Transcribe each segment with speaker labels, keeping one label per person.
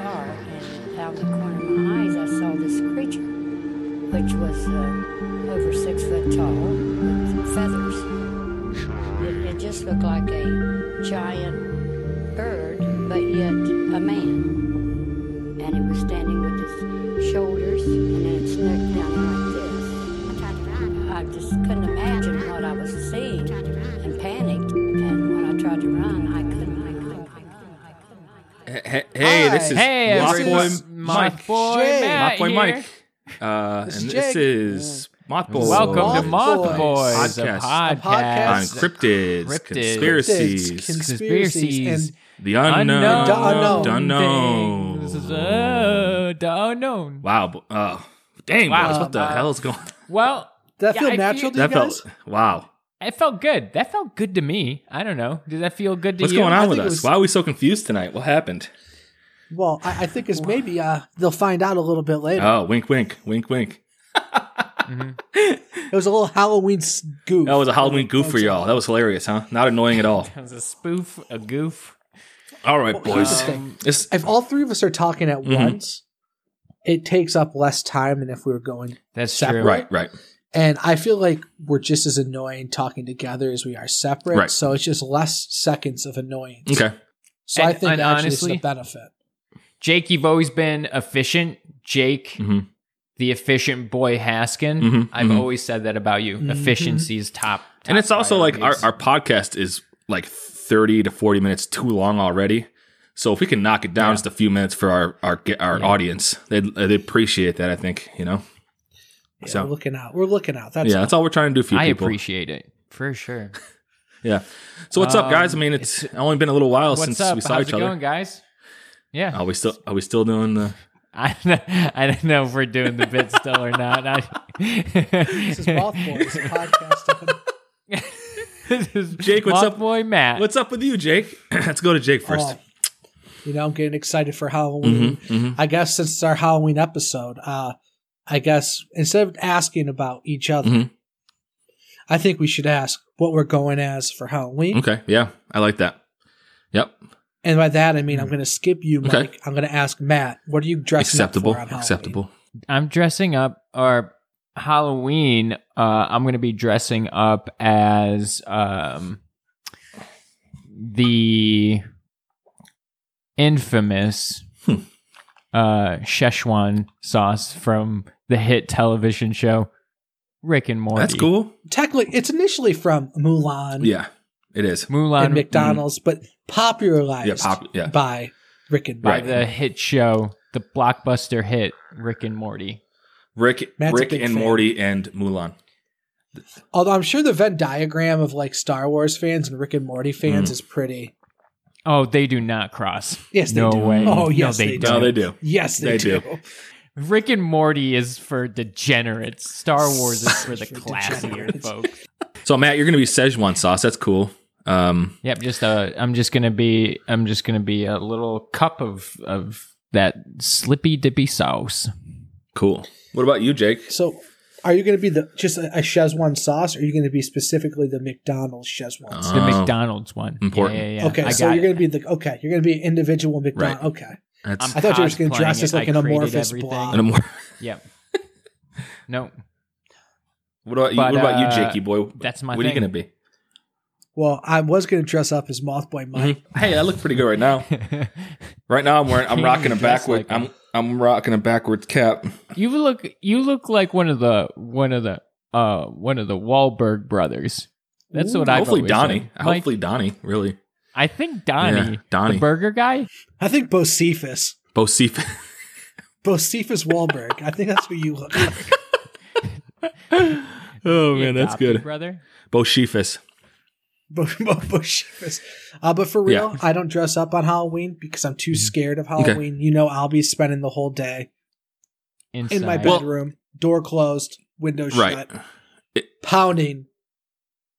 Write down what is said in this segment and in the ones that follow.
Speaker 1: uh, out the corner of my eyes, I saw this creature, which was uh, over six foot tall with feathers. It, it just looked like a giant bird, but yet a man. And it was standing with its shoulders and then its neck down like this. I just couldn't imagine what I was seeing and panicked. And when I tried to run, I couldn't. I couldn't. I couldn't. I couldn't.
Speaker 2: Hey, hey, this is
Speaker 3: Hey,
Speaker 2: Lock Boy
Speaker 3: everyone.
Speaker 2: Mike.
Speaker 3: Moth Boy
Speaker 4: Jay.
Speaker 2: Moth
Speaker 3: Matt
Speaker 2: Boy
Speaker 3: here.
Speaker 2: Mike. Uh,
Speaker 4: This is
Speaker 2: and this
Speaker 4: Jake.
Speaker 2: is Moth Boy.
Speaker 3: Welcome to
Speaker 4: Moth
Speaker 3: Moth
Speaker 4: Boys.
Speaker 3: Boys, a
Speaker 2: Podcast.
Speaker 3: podcast,
Speaker 4: A podcast.
Speaker 2: on cryptids,
Speaker 3: Cryptids.
Speaker 2: conspiracies,
Speaker 4: Cryptids, cons-
Speaker 3: conspiracies,
Speaker 4: Conspiracies
Speaker 2: the unknown,
Speaker 3: unknown,
Speaker 4: Unknown.
Speaker 2: unknown.
Speaker 3: things. Uh, the unknown.
Speaker 2: Wow, b- uh, dang,
Speaker 3: Wow.
Speaker 2: boys, what the
Speaker 4: Wow.
Speaker 2: hell is going? on?
Speaker 3: Well,
Speaker 4: That
Speaker 3: Yeah,
Speaker 4: feel
Speaker 3: I
Speaker 4: natural
Speaker 3: feel-
Speaker 4: to you
Speaker 2: That
Speaker 4: guys?
Speaker 2: felt wow.
Speaker 3: it felt good. That felt good to me. I don't know. Did that feel good to
Speaker 2: What's
Speaker 3: you?
Speaker 2: going on with
Speaker 4: think it
Speaker 2: us?
Speaker 4: was-
Speaker 2: Why are we so confused tonight? What happened?
Speaker 4: Well, I, I think it's maybe uh, they'll find out a little bit later.
Speaker 2: Oh, wink, wink, wink, wink.
Speaker 4: It was a little Halloween s- goof.
Speaker 2: That was a Halloween goof for y'all. That was hilarious, huh? Not annoying at all.
Speaker 3: It was a spoof, a goof.
Speaker 2: All right,
Speaker 4: Here's the
Speaker 2: boys. Mm-hmm.
Speaker 4: thing.
Speaker 2: It's
Speaker 4: If all three of us are talking at once, it takes up less time than if we were going.
Speaker 3: That's
Speaker 4: Separate.
Speaker 3: true.
Speaker 2: right, right.
Speaker 4: And I feel like we're just as annoying talking together as we are separate.
Speaker 2: Right.
Speaker 4: So it's just less seconds of annoyance.
Speaker 2: Okay.
Speaker 4: So I
Speaker 3: And-
Speaker 4: think
Speaker 3: and
Speaker 4: actually it's
Speaker 3: honestly-
Speaker 4: a benefit.
Speaker 3: Jake, you've always been efficient. Jake,
Speaker 2: Mhm.
Speaker 3: the efficient boy Haskin.
Speaker 2: Mhm,
Speaker 3: I've
Speaker 2: mhm.
Speaker 3: always said that about you. Efficiency's top,
Speaker 2: and
Speaker 3: top
Speaker 2: it's also like our,
Speaker 3: priorities.
Speaker 2: our podcast is like 30 to 40 minutes too long already so if we can knock it down just a few minutes for our our ge- our audience they'd, they'd appreciate that i think you know
Speaker 4: Yeah,
Speaker 2: So-
Speaker 4: we're looking out. We're looking out. That's
Speaker 2: yeah that's all we're trying to do for you
Speaker 3: I
Speaker 2: people
Speaker 3: appreciate it for sure.
Speaker 2: yeah so what's up guys i mean it's, only been a little while
Speaker 3: What's
Speaker 2: since
Speaker 3: up?
Speaker 2: we saw each
Speaker 3: How's it
Speaker 2: other
Speaker 3: going, guys? Yeah,
Speaker 2: are we still are we still doing the
Speaker 3: I don't know, I don't know if we're doing the bit still or not.
Speaker 4: This is Moth Boys, a podcast. on-
Speaker 2: Jake, what's up?
Speaker 3: boy Matt?
Speaker 2: what's up with you jake let's go to jake first
Speaker 4: Oh, you know, I'm getting excited for
Speaker 2: Mm-hmm.
Speaker 4: Halloween. I guess since it's our Halloween episode, uh, I guess instead of asking about each other,
Speaker 2: Mhm.
Speaker 4: I think we should ask what we're going as for Halloween.
Speaker 2: okay yeah i like that yep
Speaker 4: And by that, I mean I'm going to skip you, Mike.
Speaker 2: Mm-hmm. Okay.
Speaker 4: I'm going to ask Matt, what are you dressing
Speaker 2: acceptable
Speaker 4: up for on Halloween?
Speaker 2: acceptable
Speaker 3: I'm dressing up or Halloween. Uh, I'm going to be dressing up as um, the infamous uh, Szechuan sauce from the hit television show Rick and Morty.
Speaker 2: that's cool
Speaker 4: Technically, it's initially from Mulan
Speaker 2: yeah it is
Speaker 3: Mulan
Speaker 4: and McDonald's, but popularized
Speaker 2: yeah pop yeah
Speaker 4: by Rick and
Speaker 3: by
Speaker 2: Right.
Speaker 4: Morty.
Speaker 3: the hit show, the blockbuster hit Rick and Morty.
Speaker 2: rick
Speaker 4: Matt's a
Speaker 2: rick
Speaker 4: big
Speaker 2: and
Speaker 4: fan.
Speaker 2: morty and mulan
Speaker 4: Although I'm sure the Venn diagram of like Star Wars fans and Rick and Morty fans
Speaker 2: Mm-hmm.
Speaker 4: is pretty.
Speaker 3: Oh, they do not cross.
Speaker 4: Yes, they
Speaker 3: no
Speaker 4: do.
Speaker 3: way.
Speaker 4: Oh,
Speaker 3: No,
Speaker 4: yes,
Speaker 3: they
Speaker 4: they
Speaker 3: do.
Speaker 4: do.
Speaker 2: no they do
Speaker 4: Yes, they,
Speaker 2: They do.
Speaker 4: do.
Speaker 3: Rick and Morty is for degenerates. Star Wars is for the
Speaker 4: For
Speaker 3: classier
Speaker 4: degenerates.
Speaker 3: folks.
Speaker 2: So Matt, you're gonna be Szechuan sauce. That's cool. Um,
Speaker 3: Yep, just uh, I'm just gonna be I'm just gonna be a little cup of of that slippy dippy sauce.
Speaker 2: cool. What about you, Jake?
Speaker 4: So, are you going to be the just a, a Szechuan sauce, or are you going to be specifically the McDonald's Szechuan? sauce?
Speaker 3: The
Speaker 2: Oh.
Speaker 3: McDonald's one.
Speaker 2: Important.
Speaker 3: Yeah, yeah, yeah.
Speaker 4: okay,
Speaker 3: I
Speaker 4: so
Speaker 3: got
Speaker 4: you're going
Speaker 3: it.
Speaker 4: to be the okay. You're going to be an individual McDonald's.
Speaker 2: Right.
Speaker 4: Okay,
Speaker 2: That's
Speaker 3: I'm
Speaker 4: I thought you were just going to
Speaker 3: cosplaying
Speaker 4: dress
Speaker 3: it.
Speaker 4: as like
Speaker 3: I
Speaker 4: an
Speaker 3: created
Speaker 4: amorphous
Speaker 3: everything.
Speaker 4: blob.
Speaker 2: and I'm-
Speaker 3: Yep. No,
Speaker 2: what about you?
Speaker 3: But,
Speaker 2: what about you,
Speaker 3: uh,
Speaker 2: Jakey boy?
Speaker 3: that's my
Speaker 2: What are you
Speaker 3: thing.
Speaker 2: gonna be?
Speaker 4: well, I was going to dress up as Mothboy Mike.
Speaker 2: Mm-hmm. Hey, I look pretty good right now. Right now, I'm wearing. I'm
Speaker 3: Can't
Speaker 2: rocking a
Speaker 3: even dress
Speaker 2: backward.
Speaker 3: like
Speaker 2: I'm I'm rocking a backwards cap.
Speaker 3: you look you look like one of the one of the uh one of the Wahlberg brothers. That's what I
Speaker 2: hopefully Donnie.
Speaker 3: Mike,
Speaker 2: Hopefully Donnie. Really,
Speaker 3: I think Donnie,
Speaker 2: Yeah, Donnie.
Speaker 3: the burger guy.
Speaker 4: I think Bocephus,
Speaker 2: Bosif.
Speaker 4: Bocephus Wahlberg. I think that's who you look. like.
Speaker 2: oh
Speaker 3: the
Speaker 2: man, that's
Speaker 3: adopted
Speaker 2: good.
Speaker 3: brother.
Speaker 2: Bocephus.
Speaker 4: Bo- Bo- Bocephus. Uh, but for real,
Speaker 2: Yeah.
Speaker 4: I don't dress up on Halloween because I'm too scared of
Speaker 2: Okay.
Speaker 4: Halloween. You know, I'll be spending the whole day
Speaker 3: Inside.
Speaker 4: in my
Speaker 2: Well-
Speaker 4: bedroom, door closed, window
Speaker 2: Right.
Speaker 4: shut, pounding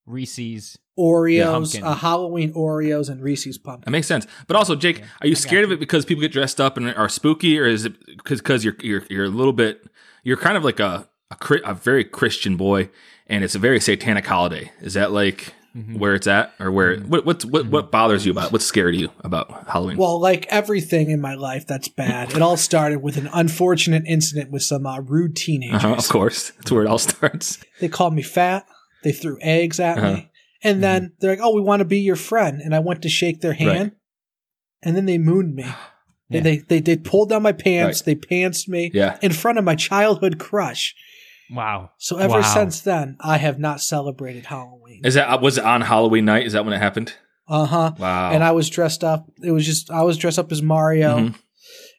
Speaker 3: Reese's. Yeah,
Speaker 4: Oreos,
Speaker 3: pumpkin.
Speaker 4: uh, Halloween Oreos, and Reese's
Speaker 2: That
Speaker 4: pumpkin.
Speaker 2: makes sense. But also, Jake, are you scared of it because people get dressed up and are spooky, or is it because because you're you're you're a little bit you're kind of like a a, Chri- a very Christian boy, and it's a very satanic holiday? Is that like
Speaker 4: Mm-hmm.
Speaker 3: Mhm.
Speaker 2: where it's at or where what what what, what bothers you about it? what scared you about Halloween?
Speaker 4: Well, like everything in my life that's bad, it all started with an unfortunate incident with some uh, rude teenagers.
Speaker 2: Uh-huh, of course, that's where it all starts.
Speaker 4: They called me fat. They threw eggs at
Speaker 2: Uh-huh.
Speaker 4: me. And then they're like, oh, we want to be your friend. And I went to shake their hand. And then they mooned me. They
Speaker 3: Yeah.
Speaker 4: They, they, they pulled down my pants. They pantsed me
Speaker 2: Yeah.
Speaker 4: in front of my childhood crush.
Speaker 3: Wow.
Speaker 4: So ever
Speaker 3: Wow.
Speaker 4: since then, I have not celebrated Halloween.
Speaker 2: Is that uh, was it on Halloween night? Is that when it happened?
Speaker 4: Uh huh.
Speaker 2: Wow.
Speaker 4: And I was dressed up. It was just, I was dressed up as Mario.
Speaker 2: Mhm.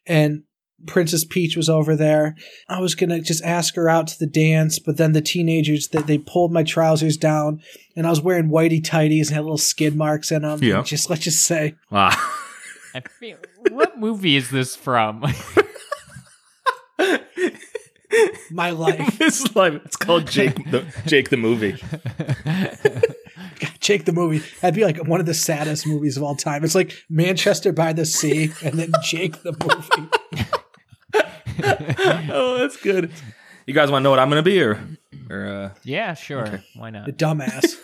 Speaker 4: And Princess Peach was over there. I was going to just ask her out to the dance, but then the teenagers, that they pulled my trousers down. And I was wearing whitey tighties and had little skid marks in them.
Speaker 2: Yeah.
Speaker 4: Just let's just say.
Speaker 2: Wow.
Speaker 3: I feel- what movie is this from?
Speaker 4: my life.
Speaker 2: it's like it's called Jake the Jake the movie.
Speaker 4: Jake the movie. That'd be like one of the saddest movies of all time. It's like Manchester by the Sea and then Jake the movie.
Speaker 2: oh, that's good. You guys want to know what I'm gonna be or or uh,
Speaker 3: yeah, sure. Why not?
Speaker 4: The dumbass.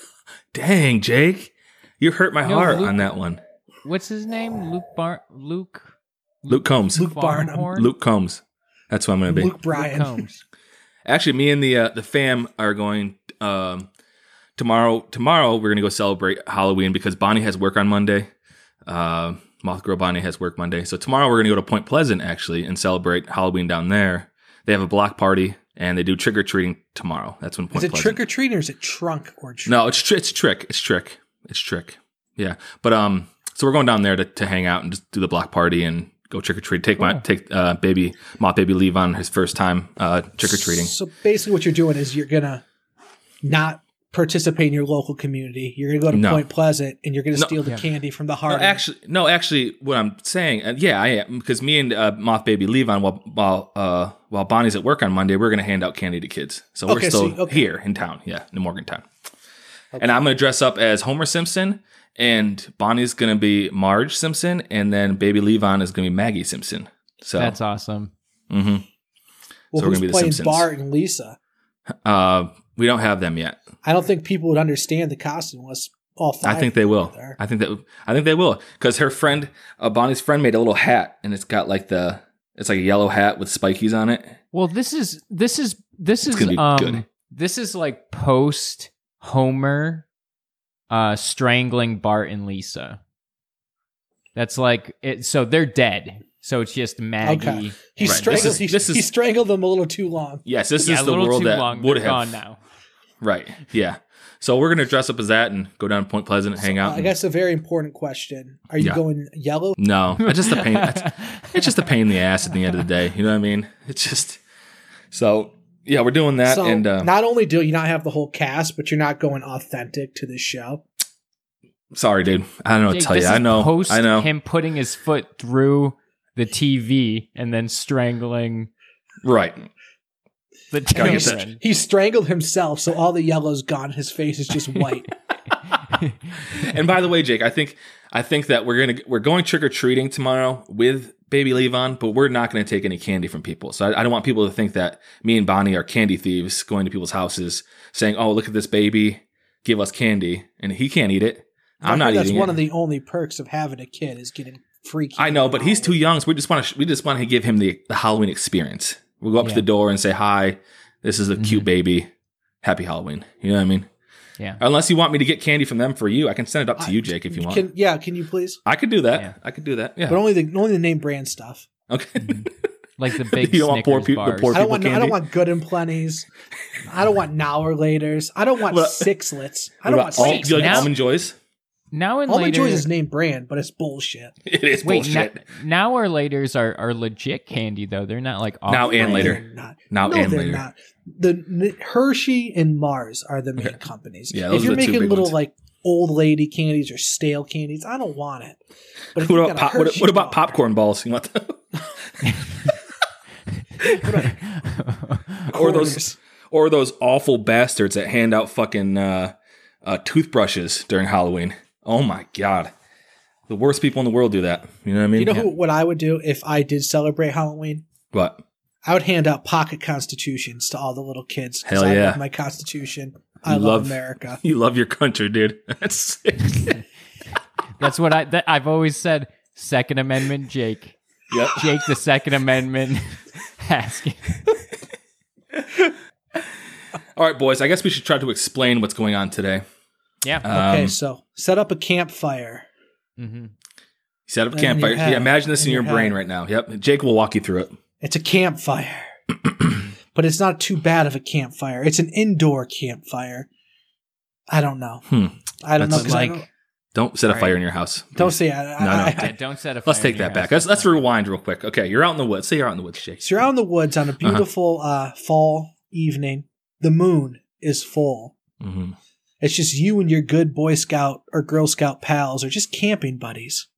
Speaker 2: dang Jake, you hurt my
Speaker 3: No,
Speaker 2: heart
Speaker 3: Luke-
Speaker 2: on that one.
Speaker 3: What's his name? Luke Bar Luke
Speaker 2: Luke Combs.
Speaker 4: Luke Barnum.
Speaker 3: Farnhorn?
Speaker 2: Luke Combs. That's what I'm gonna be.
Speaker 4: Luke
Speaker 3: Luke
Speaker 4: Bryan.
Speaker 3: Combs.
Speaker 2: Actually, me and the uh, the fam are going um, tomorrow. Tomorrow we're gonna go celebrate Halloween because Bonnie has work on Monday. Uh, Moth Girl Bonnie has work Monday, so tomorrow we're gonna go to Point Pleasant actually and celebrate Halloween down there. They have a block party and they do trick or treating tomorrow. That's when
Speaker 4: Is
Speaker 2: Point
Speaker 4: it
Speaker 2: Pleasant.
Speaker 4: trick or treat or is it trunk or treat?
Speaker 2: No, it's tr- it's trick. It's trick. It's trick. Yeah, but um, so we're going down there to, to hang out and just do the block party and go trick or treat. Take my take uh baby my baby leave on his first time uh trick or treating.
Speaker 4: So basically, what you're doing is you're gonna not participate in your local community. You're gonna go to
Speaker 2: No.
Speaker 4: Point Pleasant and you're gonna
Speaker 2: No.
Speaker 4: steal the candy from the heart.
Speaker 2: No, actually, no, actually, what I'm saying, uh, yeah, I am because me and uh, Moth Baby leave on while while uh, while Bonnie's at work on Monday. We're gonna hand out candy to kids, so we're
Speaker 4: Okay,
Speaker 2: still
Speaker 4: so- okay.
Speaker 2: here in town, yeah, in Morgantown. And I'm gonna dress up as Homer Simpson, and Bonnie's gonna be Marge Simpson, and then Baby Levon is gonna be Maggie Simpson. So
Speaker 3: That's awesome.
Speaker 2: mhm.
Speaker 4: well,
Speaker 2: so we're
Speaker 4: who's
Speaker 2: gonna be the
Speaker 4: playing
Speaker 2: Simpsons.
Speaker 4: Bart and Lisa?
Speaker 2: uh, we don't have them yet.
Speaker 4: I don't think people would understand the costume unless all five.
Speaker 2: I think they will.
Speaker 4: there.
Speaker 2: I think that I think they will because her friend, uh, Bonnie's friend, made a little hat, and it's got like the it's like a yellow hat with spikies on it.
Speaker 3: Well, this is this is this
Speaker 2: It's
Speaker 3: is
Speaker 2: gonna be
Speaker 3: um
Speaker 2: good.
Speaker 3: this is like post Homer uh strangling Bart and Lisa. That's like it so they're dead. So it's just Maggie.
Speaker 4: Okay. He
Speaker 2: Right, this
Speaker 4: strangled.
Speaker 2: is-
Speaker 4: he,
Speaker 2: this is-
Speaker 4: he strangled them a little too long.
Speaker 2: Yes, this
Speaker 3: Yeah,
Speaker 2: is
Speaker 3: a
Speaker 2: the
Speaker 3: little
Speaker 2: world
Speaker 3: too
Speaker 2: that
Speaker 3: long.
Speaker 2: would
Speaker 3: They're
Speaker 2: have
Speaker 3: gone now.
Speaker 2: Right. Yeah. So we're gonna dress up as that and go down to Point Pleasant and hang out.
Speaker 4: uh, I
Speaker 2: and-
Speaker 4: guess a very important question. Are you
Speaker 2: Yeah.
Speaker 4: going yellow?
Speaker 2: No, it's just a pain. It's, it's just a pain in the ass at the end of the day. You know what I mean? It's just. So yeah, we're doing that,
Speaker 4: so
Speaker 2: and uh,
Speaker 4: not only do you not have the whole cast, but you're not going authentic to this show.
Speaker 2: sorry, dude. I don't know what
Speaker 3: Jake,
Speaker 2: to tell
Speaker 3: this
Speaker 2: you.
Speaker 3: is
Speaker 2: I know.
Speaker 3: Post
Speaker 2: I know.
Speaker 3: him putting his foot through the TV and then strangling
Speaker 2: Right.
Speaker 3: the
Speaker 2: Gotta get
Speaker 3: children.
Speaker 4: He strangled himself, so all the yellow's gone. His face is just white.
Speaker 2: And by the way, Jake, I think I think that we're gonna we're going trick or treating tomorrow with Baby Levon, but we're not gonna take any candy from people. So I, I don't want people to think that me and Bonnie are candy thieves going to people's houses saying, "Oh, look at this baby, give us candy," and he can't eat it. I'm
Speaker 4: I
Speaker 2: not
Speaker 4: heard That's
Speaker 2: eating
Speaker 4: one
Speaker 2: it.
Speaker 4: of the only perks of having a kid is getting Um, free.
Speaker 2: I know, but he's too
Speaker 4: candy.
Speaker 2: young, so we just want to we just want to give him the, the Halloween experience. We'll go up to
Speaker 3: Yeah.
Speaker 2: the door and say, "Hi, this is a
Speaker 4: Mm-hmm.
Speaker 2: cute baby. Happy Halloween." You know what I mean?
Speaker 3: Yeah.
Speaker 2: Unless you want me to get candy from them for you, I can send it up to
Speaker 4: I-
Speaker 2: you, Jake, if you want.
Speaker 4: Can, yeah, can you please?
Speaker 2: I could do that.
Speaker 3: Yeah.
Speaker 2: I could do that. Yeah.
Speaker 4: But only the only the name brand stuff.
Speaker 2: Okay.
Speaker 3: Like the big
Speaker 2: You don't want poor
Speaker 3: Snickers
Speaker 2: people- the
Speaker 3: bars.
Speaker 2: poor
Speaker 4: I don't
Speaker 2: people
Speaker 4: want. I
Speaker 2: candy?
Speaker 4: don't want good and plenties. I don't want now or later's. I don't want
Speaker 2: What-
Speaker 4: sixlets.
Speaker 2: What
Speaker 4: I don't
Speaker 2: about
Speaker 4: want
Speaker 2: al- do you
Speaker 4: sixlets.
Speaker 2: like
Speaker 3: Now-
Speaker 2: almond joys?
Speaker 3: now and
Speaker 4: Almond
Speaker 3: later,
Speaker 4: Joy is name brand, but it's bullshit.
Speaker 2: It is
Speaker 3: wait, na-
Speaker 2: bullshit.
Speaker 3: now or later's are, are legit candy though. They're not like off
Speaker 2: Now and
Speaker 3: brand.
Speaker 2: later.
Speaker 4: They're not.
Speaker 2: Now
Speaker 4: no,
Speaker 2: and
Speaker 4: they're
Speaker 2: later.
Speaker 4: not. The N- Hershey and Mars are the main companies.
Speaker 2: Yeah,
Speaker 4: if
Speaker 2: those are
Speaker 4: you're
Speaker 2: the two
Speaker 4: making
Speaker 2: big
Speaker 4: little
Speaker 2: ones.
Speaker 4: like old lady candies or stale candies, I don't want it. But if
Speaker 2: What
Speaker 4: you've
Speaker 2: about
Speaker 4: got a
Speaker 2: pop, what,
Speaker 4: Hershey
Speaker 2: what about
Speaker 4: bar-
Speaker 2: popcorn balls? You want those? or those
Speaker 4: Quarters.
Speaker 2: or those awful bastards that hand out fucking uh, uh, toothbrushes during Halloween? Oh my god, the worst people in the world do that. You know what I mean?
Speaker 4: You know
Speaker 2: Yeah.
Speaker 4: who, what I would do if I did celebrate Halloween?
Speaker 2: What?
Speaker 4: I would hand out pocket constitutions to all the little kids. 'cause
Speaker 2: Hell
Speaker 4: I
Speaker 2: yeah.
Speaker 4: love my constitution. I love,
Speaker 2: love-
Speaker 4: America.
Speaker 2: You love your country, dude. That's sick.
Speaker 3: That's what I that, I've always said. Second Amendment, Jake.
Speaker 2: Yep.
Speaker 3: Jake the Second Amendment. Asking.
Speaker 2: All right, boys. I guess we should try to explain what's going on today.
Speaker 3: Yeah.
Speaker 2: Um,
Speaker 4: Okay, so set up a campfire.
Speaker 3: hmm
Speaker 2: set up a
Speaker 4: In your
Speaker 2: campfire.
Speaker 4: head.
Speaker 2: Yeah, imagine this in,
Speaker 4: In
Speaker 2: your,
Speaker 4: your
Speaker 2: brain
Speaker 4: head.
Speaker 2: right now. Yep. Jake will walk you through it.
Speaker 4: It's a campfire. but it's not too bad of a campfire. It's an indoor campfire. I don't know.
Speaker 2: Hmm.
Speaker 4: I don't know.
Speaker 2: That's
Speaker 4: 'cause I
Speaker 3: like-
Speaker 4: don't,
Speaker 2: Don't set a
Speaker 3: All
Speaker 2: fire
Speaker 3: right.
Speaker 2: in your house.
Speaker 4: don't say I, I,
Speaker 2: No, no,
Speaker 4: I-
Speaker 3: Yeah, don't set a fire.
Speaker 2: Let's
Speaker 3: in
Speaker 2: take
Speaker 3: your
Speaker 2: that back.
Speaker 3: house.
Speaker 2: Let's, let's rewind real quick. Okay, you're out in the woods. Say you're out in the woods, Jake.
Speaker 4: So you're out in the woods
Speaker 2: Uh-huh.
Speaker 4: on a beautiful uh, fall evening. The moon is full.
Speaker 3: Mm-hmm.
Speaker 2: Mhm.
Speaker 4: It's just you and your good Boy Scout or Girl Scout pals or just camping buddies.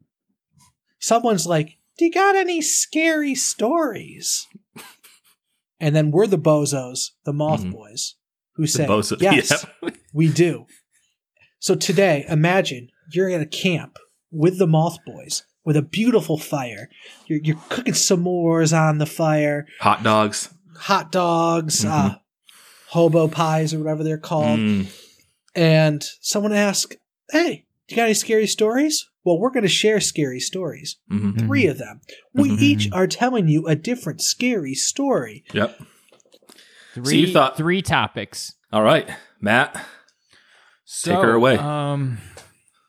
Speaker 4: Someone's like, Do you got any scary stories? And then we're the bozos, the moth
Speaker 2: Mhm.
Speaker 4: boys, who
Speaker 2: The
Speaker 4: say,
Speaker 2: bozo-
Speaker 4: Yes,
Speaker 2: Yep.
Speaker 4: we do. So today, imagine you're in a camp with the moth boys with a beautiful fire. You're, you're cooking s'mores on the fire
Speaker 2: Hot dogs.
Speaker 4: hot dogs, uh,
Speaker 2: Mhm.
Speaker 4: hobo pies, or whatever they're
Speaker 3: Um,
Speaker 4: called.
Speaker 2: Mm.
Speaker 4: And someone asks, Hey, you got any scary stories? Well, we're going to share scary stories.
Speaker 2: Mhm.
Speaker 3: Mm-hmm.
Speaker 4: Three of them. We
Speaker 2: Mhm.
Speaker 4: each are telling you a different scary story.
Speaker 2: Yep.
Speaker 3: Three,
Speaker 2: So you thought-
Speaker 3: three topics.
Speaker 2: All right, Matt.
Speaker 3: So,
Speaker 2: Take her away.
Speaker 3: Um,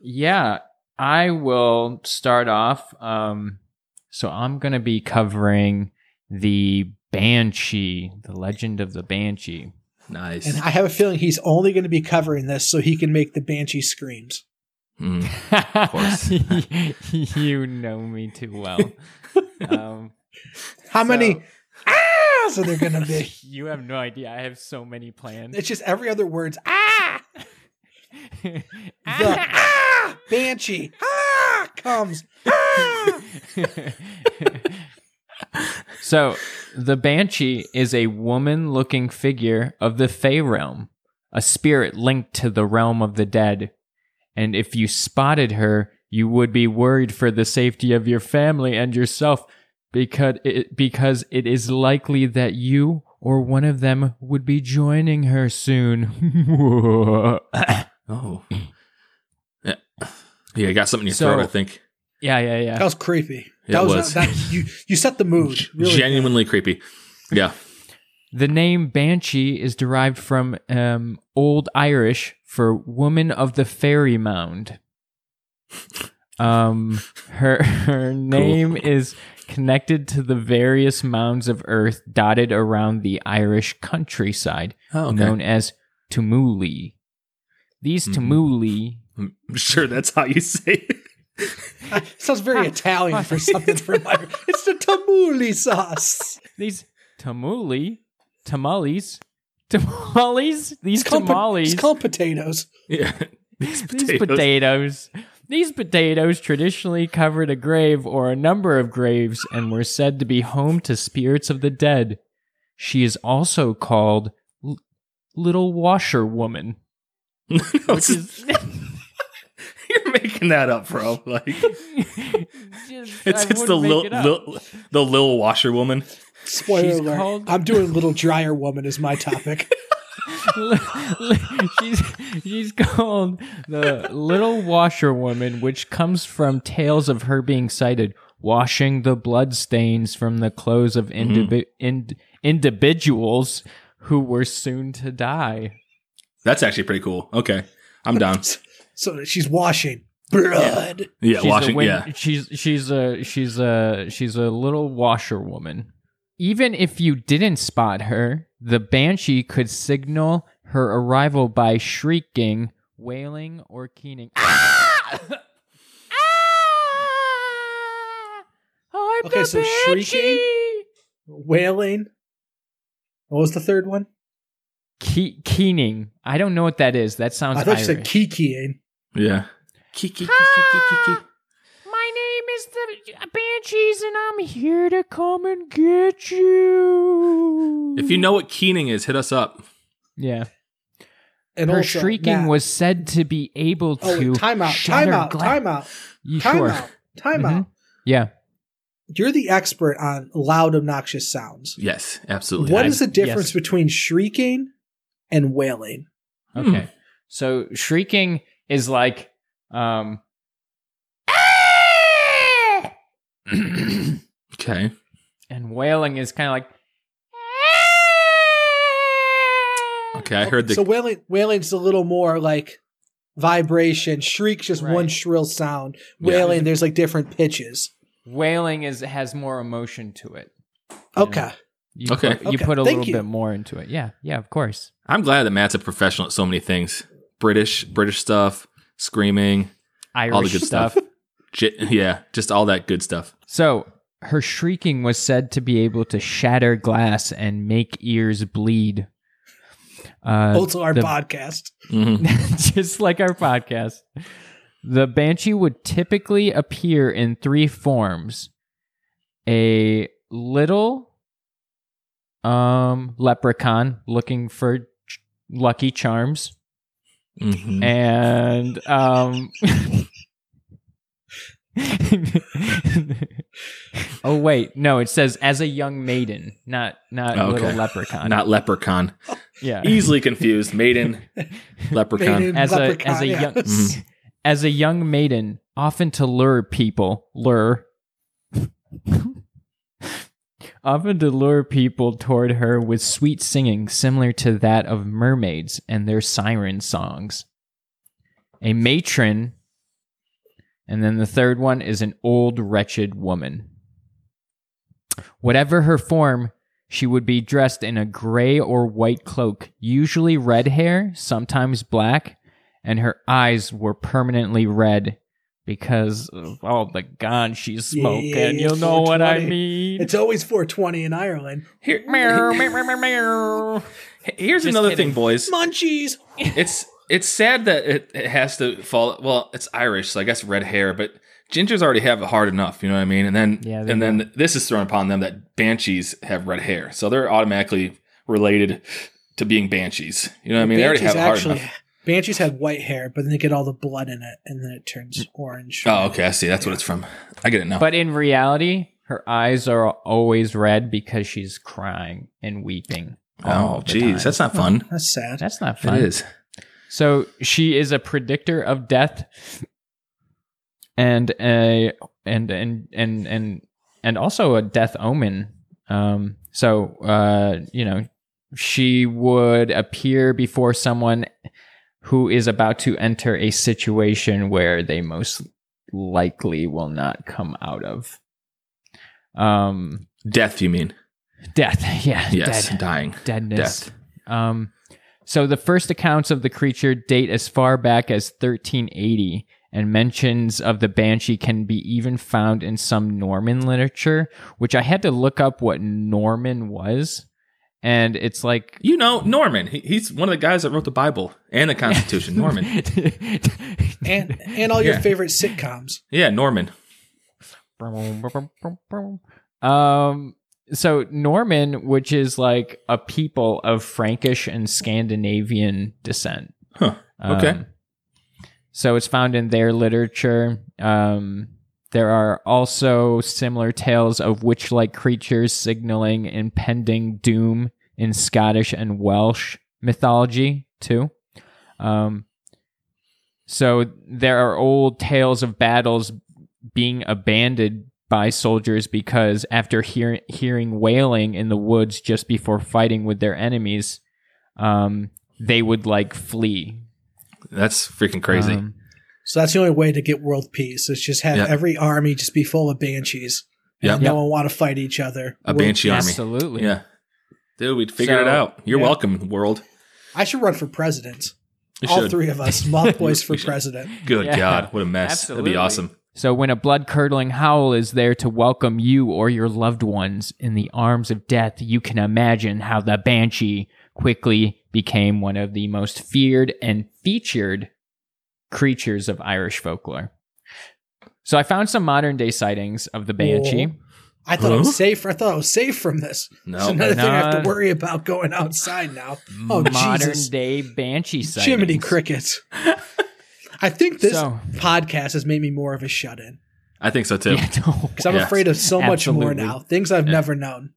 Speaker 3: yeah, I will start off. Um, so I'm going to be covering the Banshee, the legend of the Banshee.
Speaker 2: Nice.
Speaker 4: And I have a feeling he's only going to be covering this so he can make the banshee screams.
Speaker 2: Mm.
Speaker 3: of
Speaker 2: course.
Speaker 3: you know me too well. um,
Speaker 4: How
Speaker 3: So-
Speaker 4: many ahs are there going to be?
Speaker 3: you have no idea. I have so many planned.
Speaker 4: It's just every other word's ah, the
Speaker 3: Ah!
Speaker 4: ah, banshee, ah, comes, ah.
Speaker 3: so, the Banshee is a woman looking figure of the Fey realm, a spirit linked to the realm of the dead. And if you spotted her, you would be worried for the safety of your family and yourself because it, because it is likely that you or one of them would be joining her soon.
Speaker 2: Oh. Yeah. Yeah, you got something in your
Speaker 3: So-
Speaker 2: throat, I think.
Speaker 3: yeah, yeah, yeah.
Speaker 4: That was creepy.
Speaker 2: It
Speaker 4: that
Speaker 2: was.
Speaker 4: that, you. You set the mood. Really.
Speaker 2: Genuinely creepy. Yeah.
Speaker 3: The name Banshee is derived from um, Old Irish for woman of the fairy mound. Um, her her name is connected to the various mounds of earth dotted around the Irish countryside,
Speaker 2: Oh,
Speaker 3: known as tumuli. These
Speaker 4: Mm-hmm.
Speaker 2: Mhm.
Speaker 3: tumuli
Speaker 2: I'm sure that's how you say it.
Speaker 4: sounds very Italian for something from Ireland. It's the tamale sauce.
Speaker 3: these tumuli tamales tamales these
Speaker 4: It's called, po-
Speaker 3: tamales
Speaker 4: it's called potatoes.
Speaker 2: Yeah.
Speaker 3: These potatoes. These potatoes traditionally covered a grave or a number of graves and were said to be home to spirits of the dead. She is also called L- Little Washerwoman. Which is
Speaker 2: You're making that up, bro. Like
Speaker 3: just,
Speaker 2: it's
Speaker 3: I
Speaker 2: it's
Speaker 3: wouldn't
Speaker 2: the
Speaker 3: make
Speaker 2: lil,
Speaker 3: it up.
Speaker 2: lil, the lil washerwoman.
Speaker 4: Spoiler
Speaker 3: She's
Speaker 4: alert.
Speaker 3: called-
Speaker 4: I'm doing little dryer woman is my topic.
Speaker 3: she's she's called the little washerwoman, which comes from tales of her being sighted washing the blood stains from the clothes of
Speaker 2: Mm-hmm.
Speaker 3: indivi- ind- individuals who were soon to die.
Speaker 2: That's actually pretty cool. Okay, I'm down.
Speaker 4: so she's washing blood.
Speaker 2: Yeah,
Speaker 3: She's a
Speaker 2: washing.
Speaker 3: win-
Speaker 2: yeah,
Speaker 3: she's she's a she's a she's a little washerwoman. Even if you didn't spot her, the banshee could signal her arrival by shrieking, wailing, or keening. I'm
Speaker 4: Okay, so shrieking? Wailing. What was the third one?
Speaker 3: Ke- keening. I don't know what that is. That sounds
Speaker 4: I thought you
Speaker 3: Irish.
Speaker 4: said kikiing.
Speaker 2: yeah.
Speaker 3: My name is the uh, Banshees, and I'm here to come and get you.
Speaker 2: If you know what keening is, hit us up.
Speaker 3: yeah,
Speaker 4: And
Speaker 3: her
Speaker 4: also,
Speaker 3: shrieking
Speaker 4: Matt-
Speaker 3: was said to be able
Speaker 4: Oh,
Speaker 3: to
Speaker 4: wait, time out,
Speaker 3: shatter
Speaker 4: time out,
Speaker 3: gla-
Speaker 4: time out,
Speaker 3: You
Speaker 4: time
Speaker 3: sure?
Speaker 4: out, time
Speaker 3: Mhm.
Speaker 4: out.
Speaker 3: Yeah,
Speaker 4: You're the expert on loud, obnoxious sounds.
Speaker 2: Yes, absolutely.
Speaker 4: What
Speaker 2: I-
Speaker 4: is the difference between shrieking and wailing?
Speaker 3: Okay. So shrieking is like um and
Speaker 2: Okay.
Speaker 3: wailing is kind of like
Speaker 2: Okay. I heard the.
Speaker 4: so wailing wailing's a little more like vibration. Shriek's just
Speaker 3: Right.
Speaker 4: one shrill sound.
Speaker 2: Yeah.
Speaker 4: Wailing, there's like different pitches.
Speaker 3: wailing is has more emotion to it.
Speaker 4: Okay.
Speaker 3: You
Speaker 2: Okay.
Speaker 3: Put, you
Speaker 4: Okay,
Speaker 3: put a
Speaker 4: thank
Speaker 3: little
Speaker 4: you.
Speaker 3: bit more into it. Yeah. Yeah, of course.
Speaker 2: I'm glad that Matt's a professional at so many things. British, British stuff, screaming,
Speaker 3: Irish
Speaker 2: all the good
Speaker 3: stuff.
Speaker 2: stuff. J- yeah, just all that good stuff.
Speaker 3: So her shrieking was said to be able to shatter glass and make ears bleed. Uh,
Speaker 2: Oh.
Speaker 4: Also our
Speaker 3: the-
Speaker 4: podcast.
Speaker 2: hmm
Speaker 3: just like our podcast. The banshee would typically appear in three forms: a little um leprechaun looking for ch- lucky charms,
Speaker 2: hmm
Speaker 3: and um. oh wait, no, it says as a young maiden, not not
Speaker 2: Oh,
Speaker 3: little
Speaker 2: okay.
Speaker 3: leprechaun.
Speaker 2: Not leprechaun.
Speaker 3: yeah.
Speaker 2: Easily confused. Maiden, leprechaun.
Speaker 4: Maiden
Speaker 3: as a
Speaker 4: leprechaun,
Speaker 3: as a
Speaker 4: yes.
Speaker 3: young
Speaker 2: Mm-hmm.
Speaker 3: as a young maiden, often to lure people, lure, often to lure people toward her with sweet singing similar to that of mermaids and their siren songs. A matron, and then the third one is an old, wretched woman. Whatever her form, she would be dressed in a gray or white cloak, usually red hair, sometimes black, and her eyes were permanently red because of all the gun she's
Speaker 4: Yeah,
Speaker 3: smoking.
Speaker 4: it's
Speaker 3: you know what I
Speaker 4: 420.
Speaker 3: mean?
Speaker 4: It's always 420 in Ireland.
Speaker 2: Here,
Speaker 3: Meow, meow, meow, meow, meow.
Speaker 2: here's
Speaker 3: Just
Speaker 2: another
Speaker 3: kidding.
Speaker 2: thing, boys.
Speaker 4: Munchies.
Speaker 2: It's it's sad that it, it has to fall. Well, it's Irish, so I guess red hair, but gingers already have it hard enough. You know what I mean? And then
Speaker 3: Yeah, they
Speaker 2: and then this is thrown upon them that banshees have red hair, so they're automatically related to being banshees. You know what I mean? they already have it hard enough.
Speaker 4: Banshees had white hair, but then they get all the blood in it, and then it
Speaker 3: Mm.
Speaker 4: turns orange.
Speaker 2: Oh, okay, I see. That's what it's from. I get it now.
Speaker 3: But in reality, her eyes are always red because she's crying and weeping.
Speaker 2: oh, jeez, that's not fun.
Speaker 4: That's sad.
Speaker 3: that's not fun.
Speaker 2: It is.
Speaker 3: So she is a predictor of death, and a and and and and and also a death omen. Um, so uh, you know, she would appear before someone who is about to enter a situation where they most likely will not come out of. Um,
Speaker 2: Death, you mean?
Speaker 3: death. Yeah.
Speaker 2: Yes,
Speaker 3: dead
Speaker 2: dying.
Speaker 3: deadness. Um, so the first accounts of the creature date as far back as 1380, and mentions of the banshee can be even found in some Norman literature, which I had to look up what Norman was, and it's like
Speaker 2: You know Norman. He, he's one of the guys that wrote the Bible and the Constitution. Norman.
Speaker 4: And and all your
Speaker 2: Yeah.
Speaker 4: favorite sitcoms.
Speaker 2: Yeah, Norman.
Speaker 3: Um, so Norman, which is like a people of Frankish and Scandinavian descent.
Speaker 2: Huh. Okay.
Speaker 3: Um, so it's found in their literature. Um, there are also similar tales of witch like creatures signaling impending doom in Scottish and Welsh mythology, too. Um, so there are old tales of battles being abandoned by soldiers because after hear- hearing wailing in the woods just before fighting with their enemies, um, they would like flee.
Speaker 2: That's freaking crazy.
Speaker 3: Um,
Speaker 4: So that's the only way to get world peace. Is just have
Speaker 2: Yeah.
Speaker 4: every army just be full of banshees. And
Speaker 2: Yeah.
Speaker 4: no
Speaker 3: Yeah.
Speaker 4: one want to fight each other.
Speaker 2: A
Speaker 4: World
Speaker 2: banshee
Speaker 4: peace.
Speaker 2: army.
Speaker 3: Absolutely.
Speaker 2: yeah. Dude, we figured it
Speaker 3: So-
Speaker 2: out. You're
Speaker 4: yeah.
Speaker 2: welcome, world.
Speaker 4: I should run for president.
Speaker 2: You
Speaker 4: all
Speaker 2: should.
Speaker 4: three of us, moth boys for
Speaker 2: You should.
Speaker 4: president.
Speaker 2: Good
Speaker 3: Yeah.
Speaker 2: God. What a mess. That'd
Speaker 3: Absolutely.
Speaker 2: be awesome.
Speaker 3: So when a blood curdling howl is there to welcome you or your loved ones in the arms of death, you can imagine how the banshee quickly became one of the most feared and featured creatures of Irish folklore. So I found some modern day sightings of the banshee.
Speaker 4: I thought I
Speaker 2: Huh?
Speaker 4: was safe. I thought I was safe from this.
Speaker 2: No.
Speaker 4: It's another thing I have
Speaker 3: Nah.
Speaker 4: to worry about going outside now. Oh,
Speaker 3: modern
Speaker 4: Jesus.
Speaker 3: day banshee sightings.
Speaker 4: Jiminy crickets. I think this
Speaker 3: So-
Speaker 4: podcast has made me more of a shut in
Speaker 2: I think so too.
Speaker 3: Yeah,
Speaker 2: Yeah.
Speaker 3: don't-
Speaker 4: because I'm
Speaker 2: Yes.
Speaker 4: afraid of so much more
Speaker 3: Absolutely.
Speaker 4: now, things I've never known.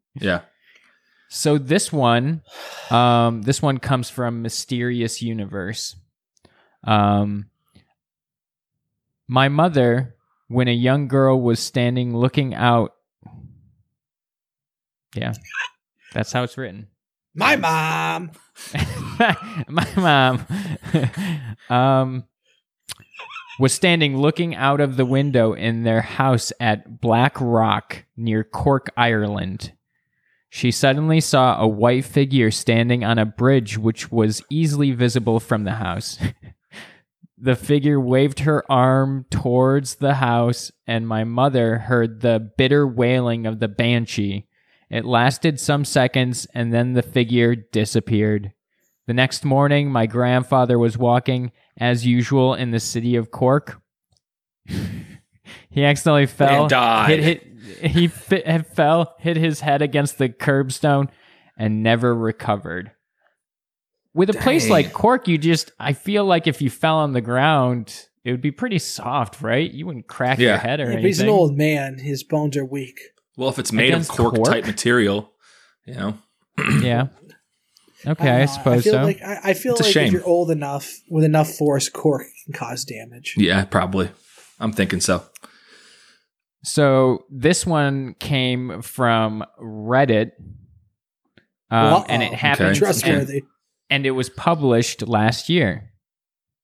Speaker 3: So this one, um, this one comes from Mysterious Universe. Um, my mother, when a young girl was standing looking out, yeah, that's how it's written.
Speaker 4: My mom.
Speaker 3: my mom um, was standing looking out of the window in their house at Black Rock near Cork, Ireland. She suddenly saw a white figure standing on a bridge which was easily visible from the house. the figure waved her arm towards the house, and my mother heard the bitter wailing of the banshee. It lasted some seconds, and then the figure disappeared. The next morning, my grandfather was walking, as usual, in the city of Cork. he accidentally fell,
Speaker 2: And died.
Speaker 3: hit, hit, he fit, fell, hit his head against the curbstone, and never recovered. With a place
Speaker 2: Dang.
Speaker 3: like Cork, you just, I feel like if you fell on the ground, it would be pretty soft, right? You wouldn't crack
Speaker 2: Yeah.
Speaker 3: your head or
Speaker 4: Yeah,
Speaker 3: anything.
Speaker 4: but he's an old man. His bones are weak.
Speaker 2: Well, if it's made of
Speaker 3: Against
Speaker 2: cork, type
Speaker 3: cork?
Speaker 2: material, you know.
Speaker 3: Yeah. Okay,
Speaker 4: don't
Speaker 3: I,
Speaker 4: know.
Speaker 3: suppose
Speaker 4: Uh, I feel
Speaker 3: so.
Speaker 4: Like, I, I feel
Speaker 2: It's a
Speaker 4: like
Speaker 2: shame.
Speaker 4: if you're old enough, with enough force, cork can cause damage.
Speaker 2: Yeah, probably. I'm thinking so.
Speaker 3: so this one came from Reddit, um,
Speaker 2: um,
Speaker 4: Uh-oh.
Speaker 3: and it happened,
Speaker 2: Okay.
Speaker 3: and,
Speaker 4: Trustworthy.
Speaker 3: and it was published last year.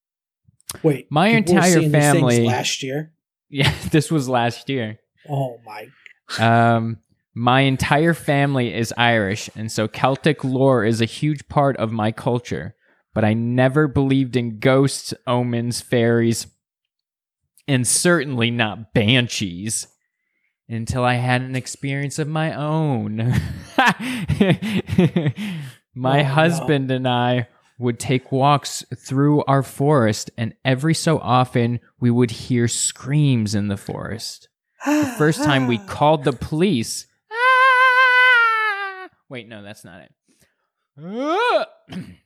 Speaker 4: Wait,
Speaker 3: My
Speaker 4: people were
Speaker 3: entire
Speaker 4: seeing these things
Speaker 3: family-
Speaker 4: last year.
Speaker 3: Yeah, this was last year.
Speaker 4: Oh my!
Speaker 3: Um, my entire family is Irish, and so Celtic lore is a huge part of my culture. But I never believed in ghosts, omens, fairies, and certainly not banshees until I had an experience of my own. my
Speaker 4: Oh, no.
Speaker 3: husband and I would take walks through our forest, and every so often we would hear screams in the forest the first time we called the police. Ah! Wait, no, that's not it.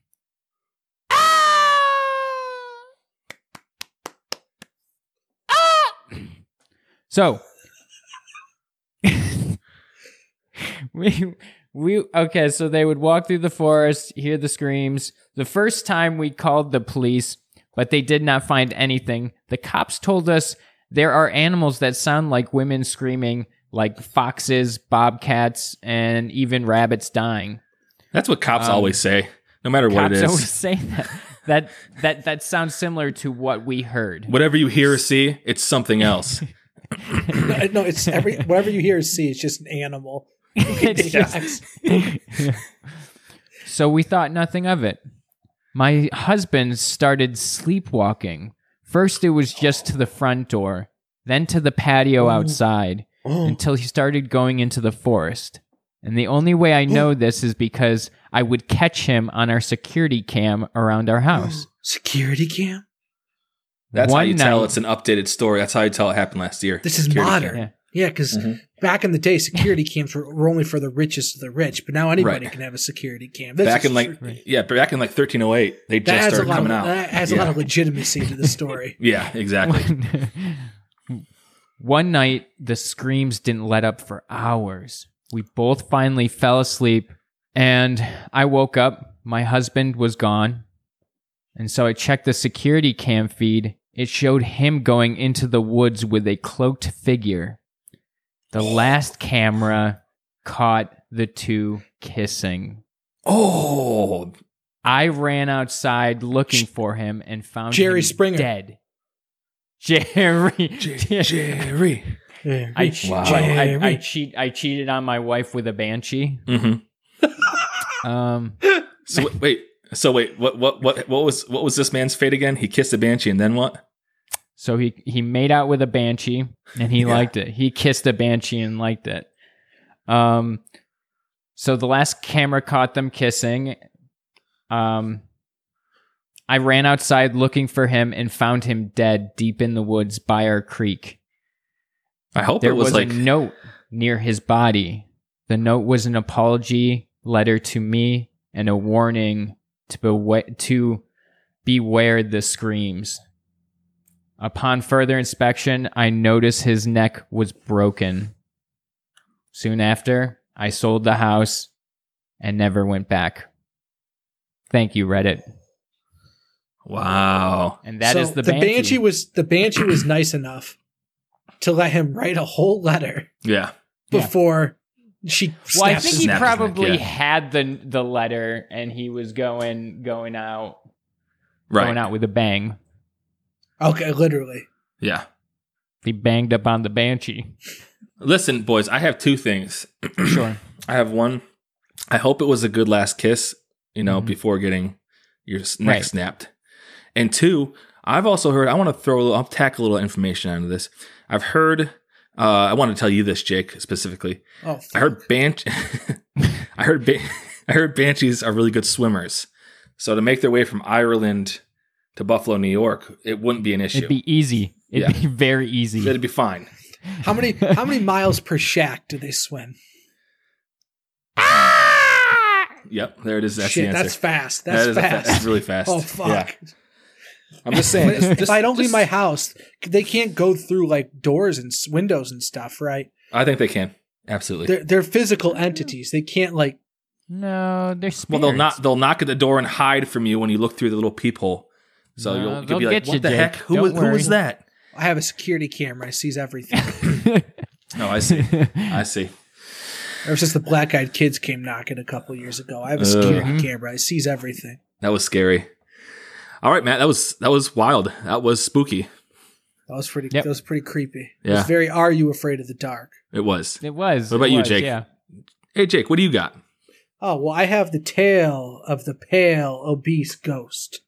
Speaker 3: Ah! Ah! Ah! So we we okay, so they would walk through the forest, hear the screams. The first time we called the police, but they did not find anything. The cops told us there are animals that sound like women screaming, like foxes, bobcats, and even rabbits dying.
Speaker 2: That's what cops
Speaker 3: Um,
Speaker 2: always say, no matter what it
Speaker 3: cops
Speaker 2: is.
Speaker 3: always say that. That that that sounds similar to what we heard.
Speaker 2: Whatever you hear or see, it's something else.
Speaker 4: no, no, it's every whatever you hear or see, it's just an animal.
Speaker 3: It's just- so we thought nothing of it. My husband started sleepwalking. First, it was just to the front door, then to the patio outside,
Speaker 4: Oh.
Speaker 3: until he started going into the forest. And the only way I
Speaker 2: Oh.
Speaker 3: know this is because I would catch him on our security cam around our house.
Speaker 4: Security cam.
Speaker 2: That's how
Speaker 3: One
Speaker 2: you tell
Speaker 3: night-
Speaker 2: it's an updated story. That's how you tell it happened last year.
Speaker 4: This is
Speaker 2: Security
Speaker 4: modern.
Speaker 3: cam.
Speaker 4: Yeah, because
Speaker 2: Mm-hmm.
Speaker 4: back in the day, security cams were, were only for the richest of the rich. But now anybody
Speaker 2: Right.
Speaker 4: can have a security cam. This
Speaker 2: Back
Speaker 4: is
Speaker 2: in like
Speaker 4: true.
Speaker 2: yeah, back in like 1308, they
Speaker 4: that
Speaker 2: just
Speaker 4: adds a
Speaker 2: started
Speaker 4: lot. Of,
Speaker 2: coming out.
Speaker 4: that adds a
Speaker 2: Yeah.
Speaker 4: lot of legitimacy to the story.
Speaker 2: Yeah, exactly.
Speaker 3: One- One night, the screams didn't let up for hours. We both finally fell asleep, and I woke up. My husband was gone. And so I checked the security cam feed. It showed him going into the woods with a cloaked figure. The last camera caught the two kissing.
Speaker 2: oh,
Speaker 3: I ran outside looking for him and found
Speaker 4: Jerry
Speaker 3: him
Speaker 4: Springer.
Speaker 3: dead. Jerry,
Speaker 2: Jerry.
Speaker 4: Yeah.
Speaker 3: I, che-
Speaker 2: Wow.
Speaker 3: I, I, I
Speaker 4: Jerry.
Speaker 3: cheat. I cheated on my wife with a banshee.
Speaker 2: hmm
Speaker 3: Um,
Speaker 2: So w- wait, so wait, what what what what was what was this man's fate again? He kissed a banshee and then what?
Speaker 3: so he he made out with a banshee and he
Speaker 2: Yeah.
Speaker 3: liked it. He kissed a banshee and liked it. Um, so the last camera caught them kissing. Um, I ran outside looking for him and found him dead deep in the woods by our creek.
Speaker 2: I hope
Speaker 3: There
Speaker 2: it was,
Speaker 3: was,
Speaker 2: like
Speaker 3: a note near his body. The note was an apology letter to me and a warning to beware, to beware the screams. Upon further inspection, I noticed his neck was broken. Soon after, I sold the house and never went back. Thank you, Reddit.
Speaker 2: Wow.
Speaker 3: And that
Speaker 4: So
Speaker 3: is the, banshee.
Speaker 4: was the banshee was nice enough to let him write a whole letter
Speaker 2: Yeah.
Speaker 3: Yeah.
Speaker 4: before she.
Speaker 3: well, I
Speaker 4: snaps
Speaker 3: think
Speaker 4: his
Speaker 3: he
Speaker 4: neck.
Speaker 2: Snaps his neck,
Speaker 3: probably
Speaker 2: yeah.
Speaker 3: had the the letter, and he was going going out
Speaker 2: Right.
Speaker 3: going out with a bang.
Speaker 4: Okay, literally.
Speaker 2: Yeah.
Speaker 3: He banged up on the banshee.
Speaker 2: Listen, boys, I have two things.
Speaker 3: Sure.
Speaker 2: I have one. I hope it was a good last kiss, you know,
Speaker 3: Mhm.
Speaker 2: before getting your s- neck
Speaker 3: Right.
Speaker 2: snapped. And two, I've also heard. I want to throw. a little- I'll tack a little information onto this. I've heard. Uh, I want to tell you this, Jake, specifically.
Speaker 4: Oh,
Speaker 2: I heard banch. I heard. Ba- I heard banshees are really good swimmers. So to make their way from Ireland to Buffalo, New York, it wouldn't be an issue.
Speaker 3: It'd be easy. It'd be very easy.
Speaker 2: It'd be fine.
Speaker 4: how many how many miles per shack do they swim?
Speaker 2: Yep, there it is. That's the
Speaker 4: Shit,
Speaker 2: answer.
Speaker 4: that's fast.
Speaker 2: That
Speaker 4: That's
Speaker 2: is a fa-
Speaker 4: fast.
Speaker 2: that's really fast.
Speaker 4: Oh fuck!
Speaker 2: Yeah. I'm just saying. just-
Speaker 4: if
Speaker 2: just-
Speaker 4: I don't leave
Speaker 2: just-
Speaker 4: my house, they can't go through like doors and s- windows and stuff, right?
Speaker 2: I think they can absolutely.
Speaker 4: They're they're physical entities. They can't like
Speaker 3: No, they're
Speaker 2: well,
Speaker 3: spirits.
Speaker 2: they'll not. They'll knock at the door and hide from you when you look through the little peephole. So
Speaker 3: No,
Speaker 2: you'll,
Speaker 3: they'll
Speaker 2: you'll be like,
Speaker 3: get
Speaker 2: "What
Speaker 3: you,
Speaker 2: the
Speaker 3: Jake.
Speaker 2: heck? Who,
Speaker 3: Don't
Speaker 2: was- who was
Speaker 3: worry."
Speaker 2: that?"
Speaker 4: I have a security camera. It sees everything.
Speaker 2: No, I see. I see.
Speaker 4: Ever since the Black Eyed Kids came knocking a couple years ago, I have a
Speaker 2: Ugh.
Speaker 4: security
Speaker 2: Uh-huh.
Speaker 3: Mhm.
Speaker 4: camera. It sees everything.
Speaker 2: That was scary. All right, Matt. That was that was wild. That was spooky.
Speaker 4: That was pretty.
Speaker 3: Yep.
Speaker 4: That was pretty creepy. It
Speaker 2: Yeah.
Speaker 4: was very. Are you afraid of the dark?
Speaker 2: It was.
Speaker 3: it was.
Speaker 2: What about
Speaker 3: it
Speaker 2: you,
Speaker 3: was,
Speaker 2: Jake?
Speaker 3: Yeah.
Speaker 2: Hey, Jake, what do you got?
Speaker 4: Oh well, I have the tale of the pale obese ghost.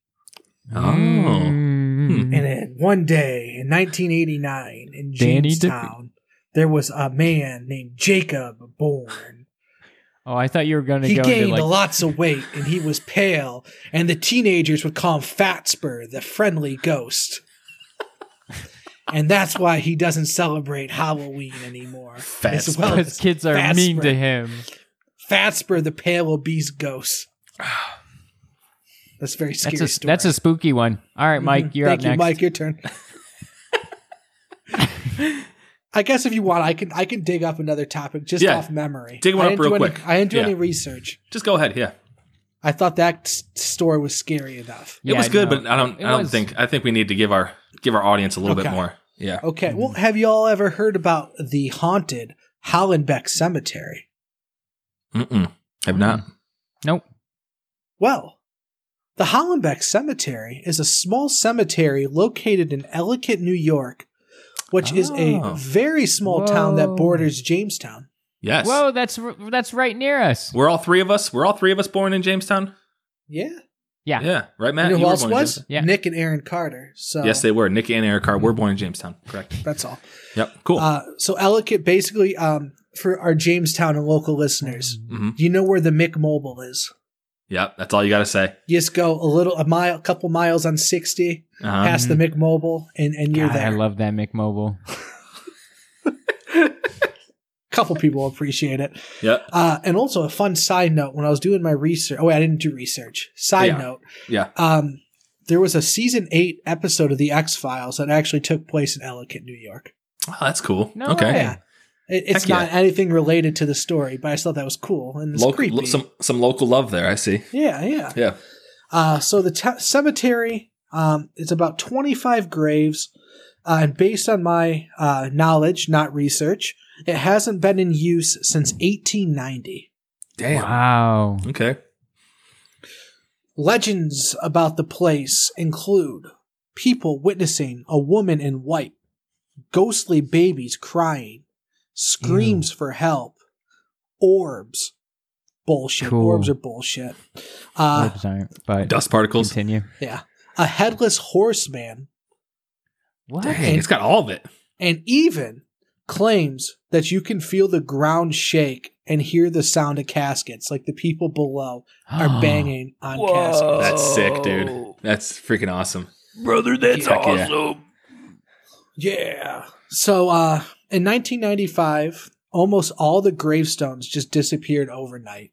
Speaker 2: Oh.
Speaker 3: Mm.
Speaker 4: And then one day in 1989 in
Speaker 3: Danny
Speaker 4: Jamestown, there was a man named Jacob Bourne.
Speaker 3: Oh, I thought you were going to
Speaker 4: He
Speaker 3: go
Speaker 4: gained
Speaker 3: into like
Speaker 4: lots of weight and he was pale, and the teenagers would call him Fatspur, the friendly ghost. and that's why he doesn't celebrate Halloween anymore. as
Speaker 2: Fatspur.
Speaker 4: well
Speaker 3: because
Speaker 4: as
Speaker 3: kids are
Speaker 4: fast
Speaker 3: mean to
Speaker 4: spread.
Speaker 3: him.
Speaker 4: Fatspur, the pale obese ghost. That's a very scary.
Speaker 3: That's a
Speaker 4: story.
Speaker 3: that's a spooky one. All right, Mike,
Speaker 4: Mhm.
Speaker 3: you're
Speaker 4: Thank
Speaker 3: up
Speaker 4: you,
Speaker 3: next.
Speaker 4: Mike, your turn. I guess if you want, I can I can dig up another topic just
Speaker 2: Yeah.
Speaker 4: off memory.
Speaker 2: Dig one
Speaker 4: I
Speaker 2: up
Speaker 4: didn't
Speaker 2: real
Speaker 4: do any-
Speaker 2: quick.
Speaker 4: I didn't do
Speaker 2: Yeah.
Speaker 4: any research.
Speaker 2: Just go ahead. Yeah.
Speaker 4: I thought that s- story was scary enough.
Speaker 3: Yeah,
Speaker 2: it was good,
Speaker 3: no.
Speaker 2: but I don't.
Speaker 3: It
Speaker 2: I don't
Speaker 3: was-
Speaker 2: think. I think we need to give our give our audience a little bit
Speaker 4: Okay.
Speaker 2: more. Yeah.
Speaker 4: Okay, well, have you all ever heard about the haunted Hollenbeck Cemetery?
Speaker 2: Mm-mm. Have not.
Speaker 3: Nope.
Speaker 4: Well, the Hollenbeck Cemetery is a small cemetery located in Ellicott, New York, which is
Speaker 2: Oh.
Speaker 4: a very small town that
Speaker 3: Whoa.
Speaker 4: borders Jamestown.
Speaker 2: Yes.
Speaker 3: Whoa, that's r- that's right near us.
Speaker 2: We're all three of us. We're all three of us born in Jamestown.
Speaker 4: Yeah.
Speaker 3: Yeah.
Speaker 2: Yeah, right,
Speaker 4: You
Speaker 2: Matt.
Speaker 4: know who
Speaker 2: were
Speaker 4: else
Speaker 2: born in
Speaker 4: was?
Speaker 2: Jamestown.
Speaker 3: Yeah.
Speaker 4: Nick and Aaron Carter. So
Speaker 2: Yes, they were. Nick and Eric are were born in Jamestown. Correct.
Speaker 4: that's all.
Speaker 2: Yep. Cool.
Speaker 4: Uh, so Ellicott basically, um, for our Jamestown and local listeners,
Speaker 2: hmm
Speaker 4: you know where the Mick Mobile is.
Speaker 2: Yep. That's all you got to say.
Speaker 4: You just go a little, a mile, a couple miles on 60
Speaker 2: Uh-huh.
Speaker 4: past the Mick Mobile, and, and you're
Speaker 3: God,
Speaker 4: there.
Speaker 3: I love that McMobile.
Speaker 4: couple people appreciate it.
Speaker 2: Yep.
Speaker 4: Uh, and also a fun side note when I was doing my research. Oh, wait, I didn't do research. Side
Speaker 2: Yeah.
Speaker 4: note.
Speaker 2: Yeah.
Speaker 4: Um, there was a season eight episode of The X Files that actually took place in Ellicott, New York.
Speaker 2: Oh, that's cool.
Speaker 3: No
Speaker 2: okay.
Speaker 3: way.
Speaker 4: Yeah. It, it's
Speaker 2: Heck yeah.
Speaker 4: not anything related to the story, but I just thought that was cool and it's
Speaker 2: Local-
Speaker 4: creepy.
Speaker 2: lo- some some local love there. I see.
Speaker 4: yeah, yeah.
Speaker 2: Yeah.
Speaker 4: Uh, so the te- cemetery um, is about 25 graves, uh, and based on my uh, knowledge, not research, it hasn't been in use since 1890.
Speaker 2: Damn.
Speaker 3: Wow.
Speaker 2: Okay.
Speaker 4: Legends about the place include people witnessing a woman in white, ghostly babies crying, screams for help, orbs. Bullshit.
Speaker 3: Cool.
Speaker 4: Orbs are bullshit. Uh,
Speaker 3: Orbs aren't, but
Speaker 2: Dust particles.
Speaker 3: continue.
Speaker 4: yeah. A headless horseman,
Speaker 3: What?
Speaker 2: Dang, it's got all of it.
Speaker 4: and even claims that you can feel the ground shake and hear the sound of caskets, like the people below are banging on caskets.
Speaker 2: That's sick, dude. That's freaking awesome.
Speaker 5: Brother, Oh. that's
Speaker 2: Heck yeah.
Speaker 5: awesome.
Speaker 4: Yeah. So uh, in 1995, almost all the gravestones just disappeared overnight.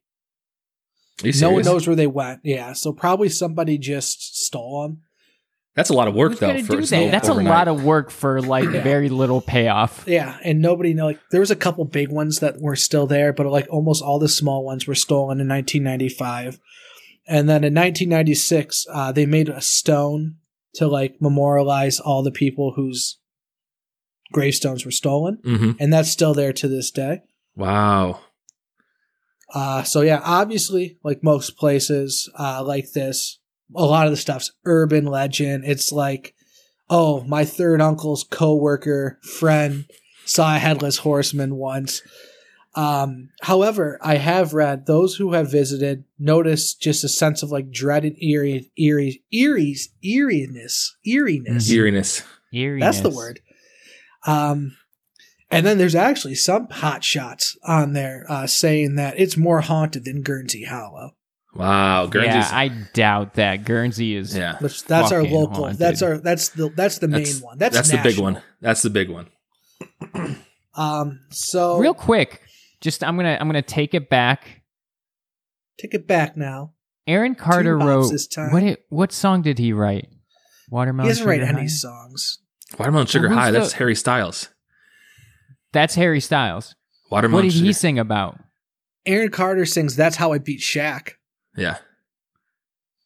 Speaker 2: Are you
Speaker 4: No one
Speaker 2: serious?
Speaker 4: knows where they went. Yeah. So probably somebody just stole them.
Speaker 2: That's a lot of work
Speaker 3: Who's
Speaker 2: though.
Speaker 3: gonna
Speaker 2: For
Speaker 3: do
Speaker 2: snow
Speaker 3: that? That's
Speaker 2: overnight.
Speaker 3: a lot of work for like very little payoff.
Speaker 4: Yeah, and nobody know. Like, there was a couple big ones that were still there, but like almost all the small ones were stolen in 1995. And then in 1996, uh, they made a stone to like memorialize all the people whose gravestones were stolen,
Speaker 2: hmm
Speaker 4: and that's still there to this day.
Speaker 2: Wow.
Speaker 4: Uh, so yeah, obviously, like most places uh, like this, a lot of the stuff's urban legend. It's like, oh, my third uncle's coworker friend saw a headless horseman once. Um, however, I have read those who have visited notice just a sense of like dread and eerie, eerie, eerie's eeriness, eeriness.
Speaker 2: Eeriness.
Speaker 4: That's the
Speaker 3: Eeriness.
Speaker 4: word. Um, and then there's actually some hot shots on there uh, saying that it's more haunted than Guernsey Hollow.
Speaker 2: Wow. Guernsey's.
Speaker 3: Yeah, I doubt that. Guernsey is.
Speaker 2: yeah.
Speaker 4: Which that's our
Speaker 3: Fucking
Speaker 4: local.
Speaker 3: haunted.
Speaker 4: That's our that's the that's the main one. That's
Speaker 2: that's the big
Speaker 4: national.
Speaker 2: one. That's the big one.
Speaker 4: Um, so
Speaker 3: Real quick, just I'm gonna I'm gonna take it back.
Speaker 4: take it back now.
Speaker 3: Aaron Carter
Speaker 4: bops
Speaker 3: wrote
Speaker 4: this time.
Speaker 3: what? It, what song did he write? Watermelon.
Speaker 4: He doesn't write
Speaker 3: Sugar
Speaker 4: any
Speaker 3: High?
Speaker 4: songs.
Speaker 2: Watermelon Sugar
Speaker 3: who's
Speaker 2: High.
Speaker 3: the-
Speaker 2: That's Harry Styles.
Speaker 3: That's Harry Styles.
Speaker 2: Watermelon
Speaker 3: What did
Speaker 2: Sugar.
Speaker 3: he sing about?
Speaker 4: Aaron Carter sings "That's How I Beat Shaq."
Speaker 2: yeah.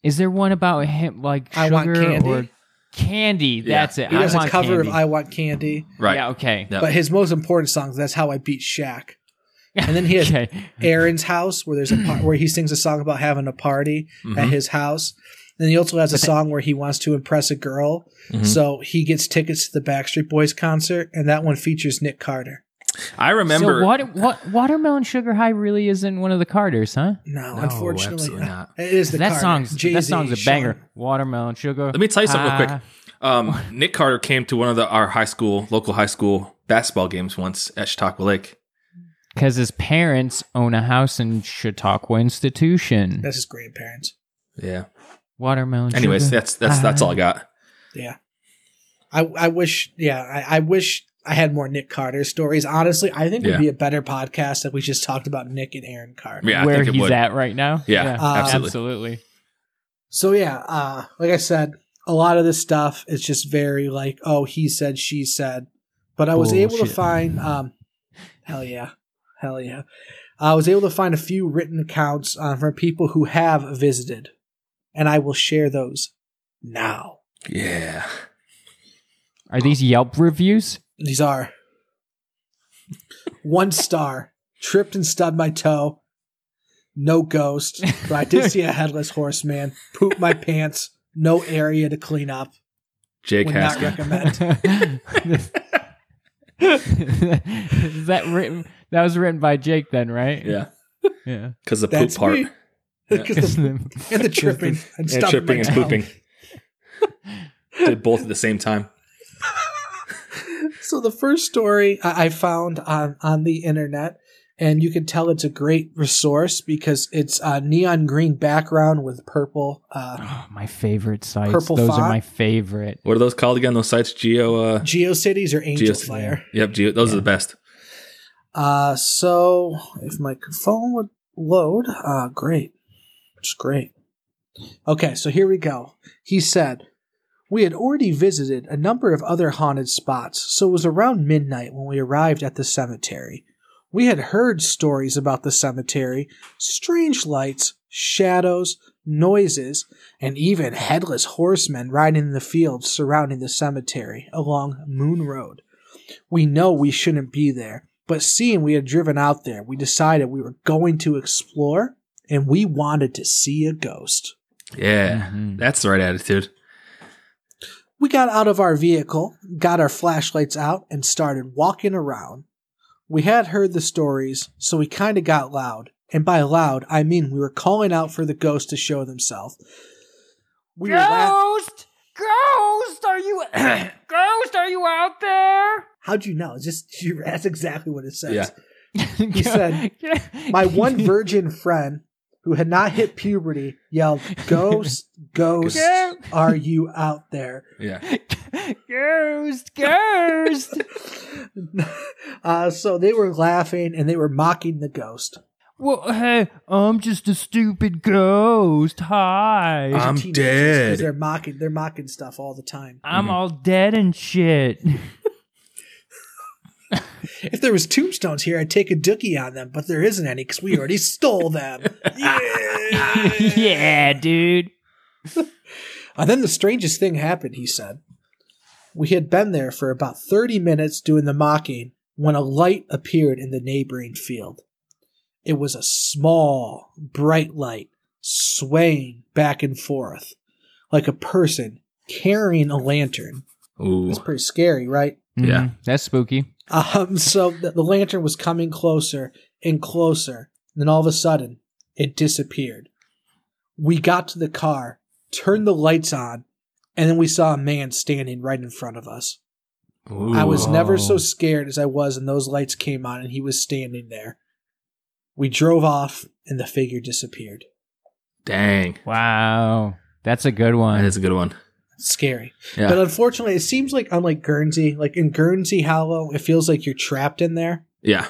Speaker 3: Is there one about him like
Speaker 4: I
Speaker 3: sugar
Speaker 4: want candy.
Speaker 3: or candy?
Speaker 2: Yeah.
Speaker 3: That's it.
Speaker 4: He
Speaker 3: I
Speaker 4: does a
Speaker 3: want
Speaker 4: cover
Speaker 3: candy.
Speaker 4: of "I Want Candy,"
Speaker 2: Right.
Speaker 3: Yeah. Okay.
Speaker 2: Yeah.
Speaker 4: but his most important song is "That's How I Beat Shaq." And then he has
Speaker 3: okay.
Speaker 4: Aaron's house, where there's a part where he sings a song about having a party at
Speaker 3: Mm-hmm.
Speaker 2: Mhm.
Speaker 4: his house. And he also has a song where he wants to impress a girl,
Speaker 3: Mm-hmm.
Speaker 2: Mhm.
Speaker 4: so he gets tickets to the Backstreet Boys concert, and that one features Nick Carter.
Speaker 2: I remember.
Speaker 3: So what? What? Watermelon Sugar High really isn't one of the Carters, huh?
Speaker 4: No,
Speaker 2: No,
Speaker 4: unfortunately,
Speaker 2: absolutely not.
Speaker 4: it is the
Speaker 3: that
Speaker 4: Carter.
Speaker 3: song's that
Speaker 4: Jay-Z,
Speaker 3: song's a
Speaker 4: Sean.
Speaker 3: banger. Watermelon Sugar. Ah,
Speaker 2: Let me tell you something real
Speaker 3: High.
Speaker 2: quick. Um, Nick Carter came to one of the, our high school, local high school basketball games once at Chautauqua Lake.
Speaker 3: Because his parents own a house in Chautauqua Institution.
Speaker 4: That's his grandparents.
Speaker 2: Yeah.
Speaker 3: Watermelon.
Speaker 2: Anyways,
Speaker 3: sugar.
Speaker 2: that's that's that's all I got.
Speaker 4: Yeah, I I wish. Yeah, I, I wish I had more Nick Carter stories. Honestly, I think it'd
Speaker 2: Yeah.
Speaker 4: be a better podcast if we just talked about Nick and Aaron Carter.
Speaker 2: Yeah, I
Speaker 3: where
Speaker 2: think it
Speaker 3: he's
Speaker 2: would.
Speaker 3: at right now.
Speaker 2: Yeah,
Speaker 4: Uh,
Speaker 2: absolutely.
Speaker 3: absolutely.
Speaker 4: So yeah, uh, like I said, a lot of this stuff is just very like, oh, he said, she said. But I was able to
Speaker 3: Bullshit.
Speaker 4: find, um, hell yeah, hell yeah, I was able to find a few written accounts uh, from people who have visited, and I will share those now.
Speaker 2: Yeah.
Speaker 3: Are these Yelp reviews?
Speaker 4: These are one star, tripped and stubbed my toe, no ghost, but I did see a headless horseman, pooped my pants, no area to clean up.
Speaker 2: Jake
Speaker 4: Would not
Speaker 2: Haskin.
Speaker 4: recommend.
Speaker 3: Is that written? That was written by Jake, then, right?
Speaker 2: Yeah.
Speaker 3: Yeah.
Speaker 2: Because the
Speaker 4: That's
Speaker 2: poop part.
Speaker 4: me. 'Cause the- and the tripping and
Speaker 2: And
Speaker 4: stuff.
Speaker 2: tripping and pooping. Did both at the same time.
Speaker 4: So the first story I I found on on the internet, and you can tell it's a great resource because it's a neon green background with purple. Uh,
Speaker 3: Oh, my favorite sites.
Speaker 4: Purple
Speaker 3: Those
Speaker 4: font.
Speaker 3: are my favorite.
Speaker 2: What are those called again? Those sites? Geo. Uh,
Speaker 4: GeoCities or Angel
Speaker 2: Geocities.
Speaker 4: Fire.
Speaker 2: yep. Geo. Those are the best.
Speaker 4: Uh, so if my phone would load, uh, great. It's great. Okay, so here we go. He said, We had already visited a number of other haunted spots, so it was around midnight when we arrived at the cemetery. We had heard stories about the cemetery, strange lights, shadows, noises, and even headless horsemen riding in the fields surrounding the cemetery along Moon Road. We know we shouldn't be there, but seeing we had driven out there, we decided we were going to explore and we wanted to see a ghost.
Speaker 2: Yeah.
Speaker 3: Mhm.
Speaker 2: That's the right attitude.
Speaker 4: We got out of our vehicle, got our flashlights out, and started walking around. We had heard the stories, so we kind of got loud. And by loud, I mean we were calling out for the ghost to show themselves. We were laugh-
Speaker 3: Ghost, ghost, are you? ghost, are you out there?
Speaker 4: How'd you know? It's Just you- that's exactly what it says.
Speaker 2: Yeah.
Speaker 3: He
Speaker 4: said, My one virgin friend who had not hit puberty yelled, Ghost, ghost,
Speaker 3: Ghost.
Speaker 4: are you out there?
Speaker 2: Yeah.
Speaker 3: ghost, ghost.
Speaker 4: Uh, so they were laughing and they were mocking the ghost.
Speaker 3: Well, hey, I'm just a stupid ghost. Hi.
Speaker 2: I'm
Speaker 4: because
Speaker 2: dead.
Speaker 4: they're mocking they're mocking stuff all the time.
Speaker 2: mm-hmm.
Speaker 3: I'm all dead and shit.
Speaker 4: If there was tombstones here, I'd take a dookie on them, but there isn't any because we already stole them. Yeah.
Speaker 3: yeah, dude.
Speaker 4: And then the strangest thing happened, he said. We had been there for about 30 minutes doing the mocking when a light appeared in the neighboring field. It was a small, bright light swaying back and forth like a person carrying a lantern.
Speaker 2: Ooh.
Speaker 4: It's pretty scary, right?
Speaker 2: Yeah.
Speaker 3: Mhm. That's spooky.
Speaker 4: Um, so the, the lantern was coming closer and closer. Then all of a sudden, it disappeared. We got to the car, turned the lights on, and then we saw a man standing right in front of us.
Speaker 2: Ooh.
Speaker 4: I was never so
Speaker 3: Whoa.
Speaker 4: scared as I was when those lights came on and he was standing there. We drove off and the figure disappeared.
Speaker 2: Dang.
Speaker 3: Wow. That's a good one.
Speaker 2: That is a good one.
Speaker 4: Scary.
Speaker 2: Yeah.
Speaker 4: But unfortunately, it seems like unlike Guernsey, like in Guernsey Hollow, it feels like you're trapped in there.
Speaker 2: yeah.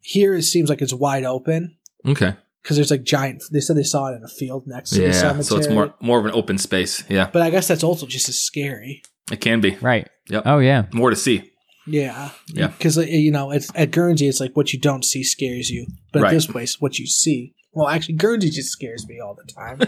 Speaker 4: Here it seems like it's wide open.
Speaker 2: Okay.
Speaker 4: because there's like giant. They said they saw it in a field next to the
Speaker 2: Yeah.
Speaker 4: cemetery.
Speaker 2: So it's more more of an open space. Yeah.
Speaker 4: But I guess that's also just as scary.
Speaker 2: It can be.
Speaker 3: right.
Speaker 2: Yep.
Speaker 3: Oh, yeah.
Speaker 2: More to see.
Speaker 4: Yeah.
Speaker 2: Yeah.
Speaker 4: Because you know, it's, at Guernsey, it's like what you don't see scares you, but
Speaker 2: Right.
Speaker 4: at this place, what you see. Well, actually, Guernsey just scares me all the time.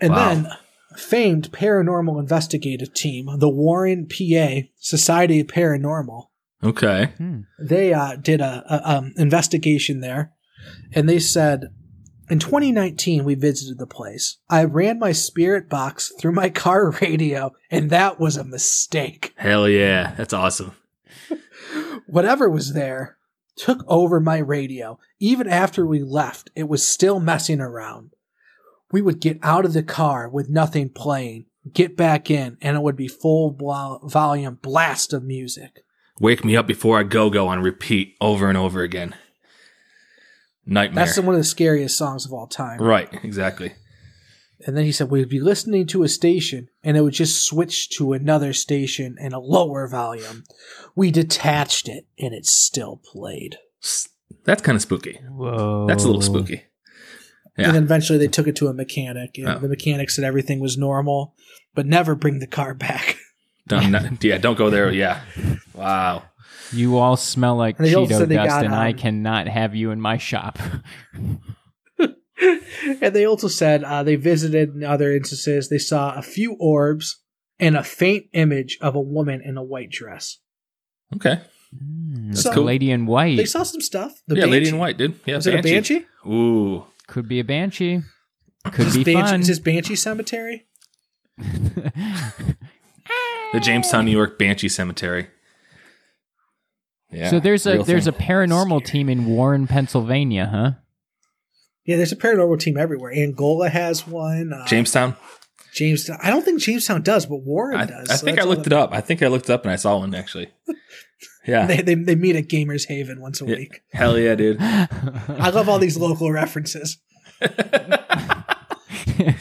Speaker 4: and
Speaker 2: Wow.
Speaker 4: then, famed paranormal investigative team, the Warren PA Society of Paranormal,
Speaker 2: Okay.
Speaker 3: Hmm.
Speaker 4: they uh, did a, a um, investigation there, and they said in 2019 we visited the place. I ran my spirit box through my car radio, and that was a mistake.
Speaker 2: Hell yeah. That's awesome.
Speaker 4: Whatever was there took over my radio. Even after we left, it was still messing around. We would get out of the car with nothing playing, get back in, and it would be full blo- volume blast of music.
Speaker 2: Wake me up before I go go on repeat over and over again. Nightmare.
Speaker 4: That's one of the scariest songs of all time.
Speaker 2: right. Exactly.
Speaker 4: And then he said we'd be listening to a station and it would just switch to another station and a lower volume. We detached it and it still played.
Speaker 2: S- That's kind of spooky.
Speaker 3: Whoa.
Speaker 2: That's a
Speaker 4: Oh.
Speaker 2: little spooky. Yeah.
Speaker 4: And then eventually they took it to a mechanic and
Speaker 2: Oh.
Speaker 4: the mechanic said everything was normal, but never bring the car back.
Speaker 2: Don't, not, yeah. Don't go there. Yeah. Wow.
Speaker 3: You all smell like
Speaker 4: And they also said
Speaker 3: Cheeto
Speaker 4: they got,
Speaker 3: dust, and I
Speaker 4: um,
Speaker 3: cannot have you in my shop.
Speaker 4: and they also said uh, they visited in other instances, they saw a few orbs and a faint image of a woman in a white dress.
Speaker 2: Okay.
Speaker 3: That's
Speaker 4: So-
Speaker 3: a lady in white.
Speaker 4: They saw some stuff. The
Speaker 2: yeah. Lady in
Speaker 4: banshee.
Speaker 2: White, dude. Yeah.
Speaker 4: Is it a banshee?
Speaker 2: Ooh.
Speaker 3: Could be a banshee. Could
Speaker 4: Is
Speaker 3: be
Speaker 4: this banshee,
Speaker 3: fun.
Speaker 4: is this banshee cemetery?
Speaker 2: The Jamestown, New York Banshee Cemetery. Yeah.
Speaker 3: so there's a
Speaker 2: real
Speaker 3: there's
Speaker 2: thing.
Speaker 3: a paranormal team in Warren, Pennsylvania, huh?
Speaker 4: Yeah, there's a paranormal team everywhere. Angola has one. Uh,
Speaker 2: Jamestown.
Speaker 4: Jamestown. I don't think Jamestown does, but Warren
Speaker 2: I,
Speaker 4: does.
Speaker 2: I
Speaker 4: so
Speaker 2: think I
Speaker 4: that's
Speaker 2: looked
Speaker 4: all
Speaker 2: it up. I think I looked it up and I saw one actually. Yeah.
Speaker 4: that- They, they, they meet at Gamers Haven once a
Speaker 2: Yeah.
Speaker 4: week.
Speaker 2: Hell yeah, dude.
Speaker 4: I love all these local references.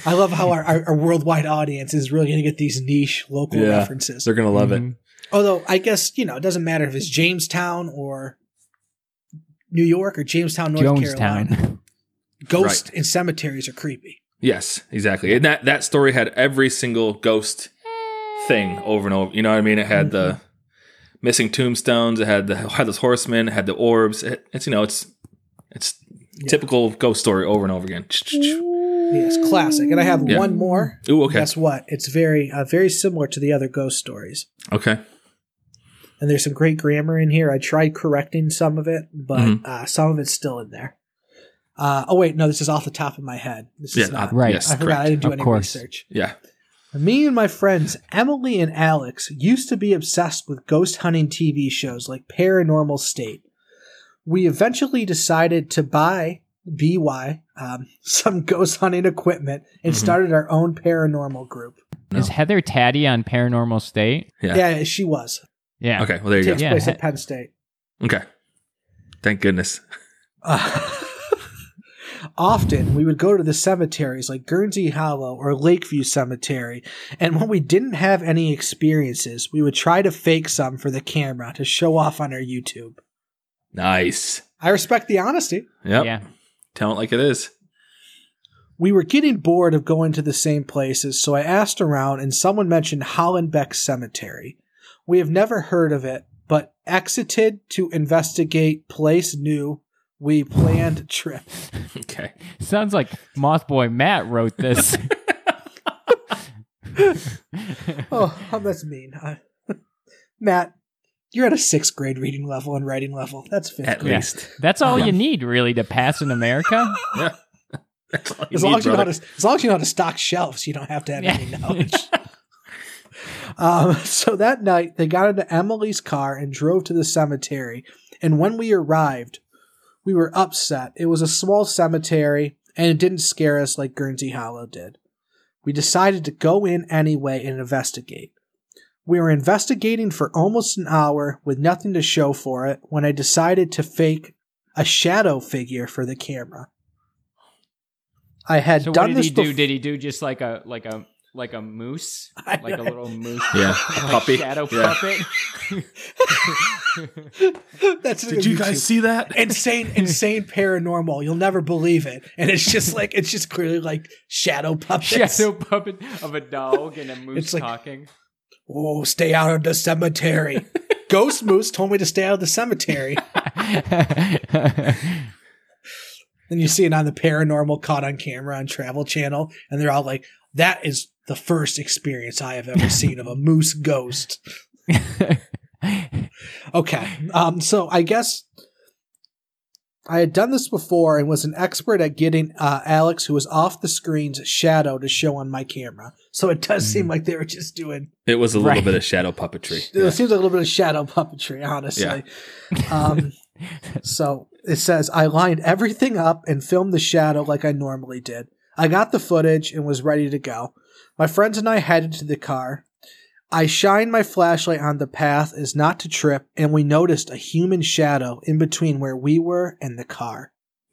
Speaker 4: I love how our, our, our worldwide audience is really going to get these niche local
Speaker 2: Yeah.
Speaker 4: references.
Speaker 2: They're gonna love it.
Speaker 3: Mhm.
Speaker 4: Although I guess you know it doesn't matter if it's Jamestown or New York or Jamestown, North Carolina.
Speaker 3: Jonestown.
Speaker 4: Ghosts and cemeteries are creepy.
Speaker 2: Yes, exactly. And that that story had every single ghost thing over and over. You know what I mean? It had the
Speaker 4: Mm-hmm.
Speaker 2: missing tombstones. It had the had those horsemen. It had the orbs. It, it's you know it's it's typical ghost story over and over again.
Speaker 4: Mm-hmm. Yes, classic. And I have
Speaker 2: Yeah.
Speaker 4: one more.
Speaker 2: Ooh, okay,
Speaker 4: Guess what? It's very uh, very similar to the other ghost stories.
Speaker 2: okay.
Speaker 4: and there's some great grammar in here. I tried correcting some of it, but
Speaker 2: Mhm.
Speaker 4: uh, some of it's still in there. Uh, oh wait, no, this is off the top of my head. This
Speaker 2: Yeah,
Speaker 4: is not.
Speaker 2: uh,
Speaker 3: Right.
Speaker 2: Yes,
Speaker 4: I forgot. I
Speaker 2: correct.
Speaker 4: didn't do
Speaker 3: Of
Speaker 4: any
Speaker 3: course.
Speaker 4: research.
Speaker 2: Yeah.
Speaker 4: Me and my friends Emily and Alex used to be obsessed with ghost hunting TV shows like Paranormal State. We eventually decided to buy BY um, some ghost hunting equipment and
Speaker 2: Mhm.
Speaker 4: started our own paranormal group.
Speaker 2: No.
Speaker 3: Is Heather Taddy on Paranormal State?
Speaker 2: Yeah.
Speaker 4: Yeah, she was.
Speaker 3: Yeah.
Speaker 2: Okay. Well, there you go.
Speaker 4: Takes
Speaker 3: Yeah,
Speaker 4: place
Speaker 3: he-
Speaker 4: at Penn State.
Speaker 2: Okay. Thank goodness.
Speaker 4: Uh, Often we would go to the cemeteries like Guernsey Hollow or Lakeview Cemetery, and when we didn't have any experiences, we would try to fake some for the camera to show off on our YouTube.
Speaker 2: Nice.
Speaker 4: I respect the honesty.
Speaker 2: Yep.
Speaker 3: Yeah.
Speaker 2: Tell it like it is.
Speaker 4: We were getting bored of going to the same places, so I asked around and someone mentioned Hollenbeck Cemetery. We have never heard of it, but exited to investigate place new. We planned trip.
Speaker 2: Okay.
Speaker 3: Sounds like Mothboy Matt wrote this.
Speaker 4: Oh, how that's mean. I- Matt, you're at a sixth grade reading level and writing level. That's fifth
Speaker 2: At
Speaker 4: grade.
Speaker 2: least.
Speaker 3: That's all
Speaker 2: Yeah.
Speaker 3: you need, really, to pass in America.
Speaker 2: That's all you
Speaker 4: As
Speaker 2: need,
Speaker 4: long as, you know how
Speaker 2: brother.
Speaker 4: to, as long as you know how to stock shelves, you don't have to have
Speaker 3: Yeah.
Speaker 4: any knowledge. um, so that night, they got into Emily's car and drove to the cemetery. And when we arrived, we were upset. It was a small cemetery, and it didn't scare us like Guernsey Hollow did. We decided to go in anyway and investigate. We were investigating for almost an hour with nothing to show for it when I decided to fake a shadow figure for the camera. I had
Speaker 3: So what
Speaker 4: done
Speaker 3: did
Speaker 4: this
Speaker 3: he do?
Speaker 4: bef-
Speaker 3: Did he do just like a like a like a moose,
Speaker 4: I-
Speaker 3: like a little moose,
Speaker 2: Yeah.
Speaker 3: like
Speaker 2: Puppy.
Speaker 3: shadow
Speaker 2: Yeah.
Speaker 3: puppet?
Speaker 4: That's
Speaker 2: Did you guys see that?
Speaker 4: insane, insane paranormal? You'll never believe it, and it's just like it's just clearly like shadow puppets.
Speaker 3: shadow puppet of a dog and a moose
Speaker 4: It's like-
Speaker 3: talking.
Speaker 4: Oh, stay out of the cemetery. Ghost Moose told me to stay out of the cemetery. Then you see it on the paranormal caught on camera on Travel Channel, and they're all like, "That is the first experience I have ever seen of a moose ghost." Okay. Um, so I guess I had done this before and was an expert at getting uh, Alex, who was off the screen's shadow, to show on my camera. So it does seem like they were just doing.
Speaker 2: It was a little
Speaker 3: Right.
Speaker 2: bit of shadow puppetry.
Speaker 4: It seems like a little bit of shadow puppetry, honestly. Um, so it says I lined everything up and filmed the shadow like I normally did. I got the footage and was ready to go. My friends and I headed to the car. I shined my flashlight on the path as not to trip, and we noticed a human shadow in between where we were and the car.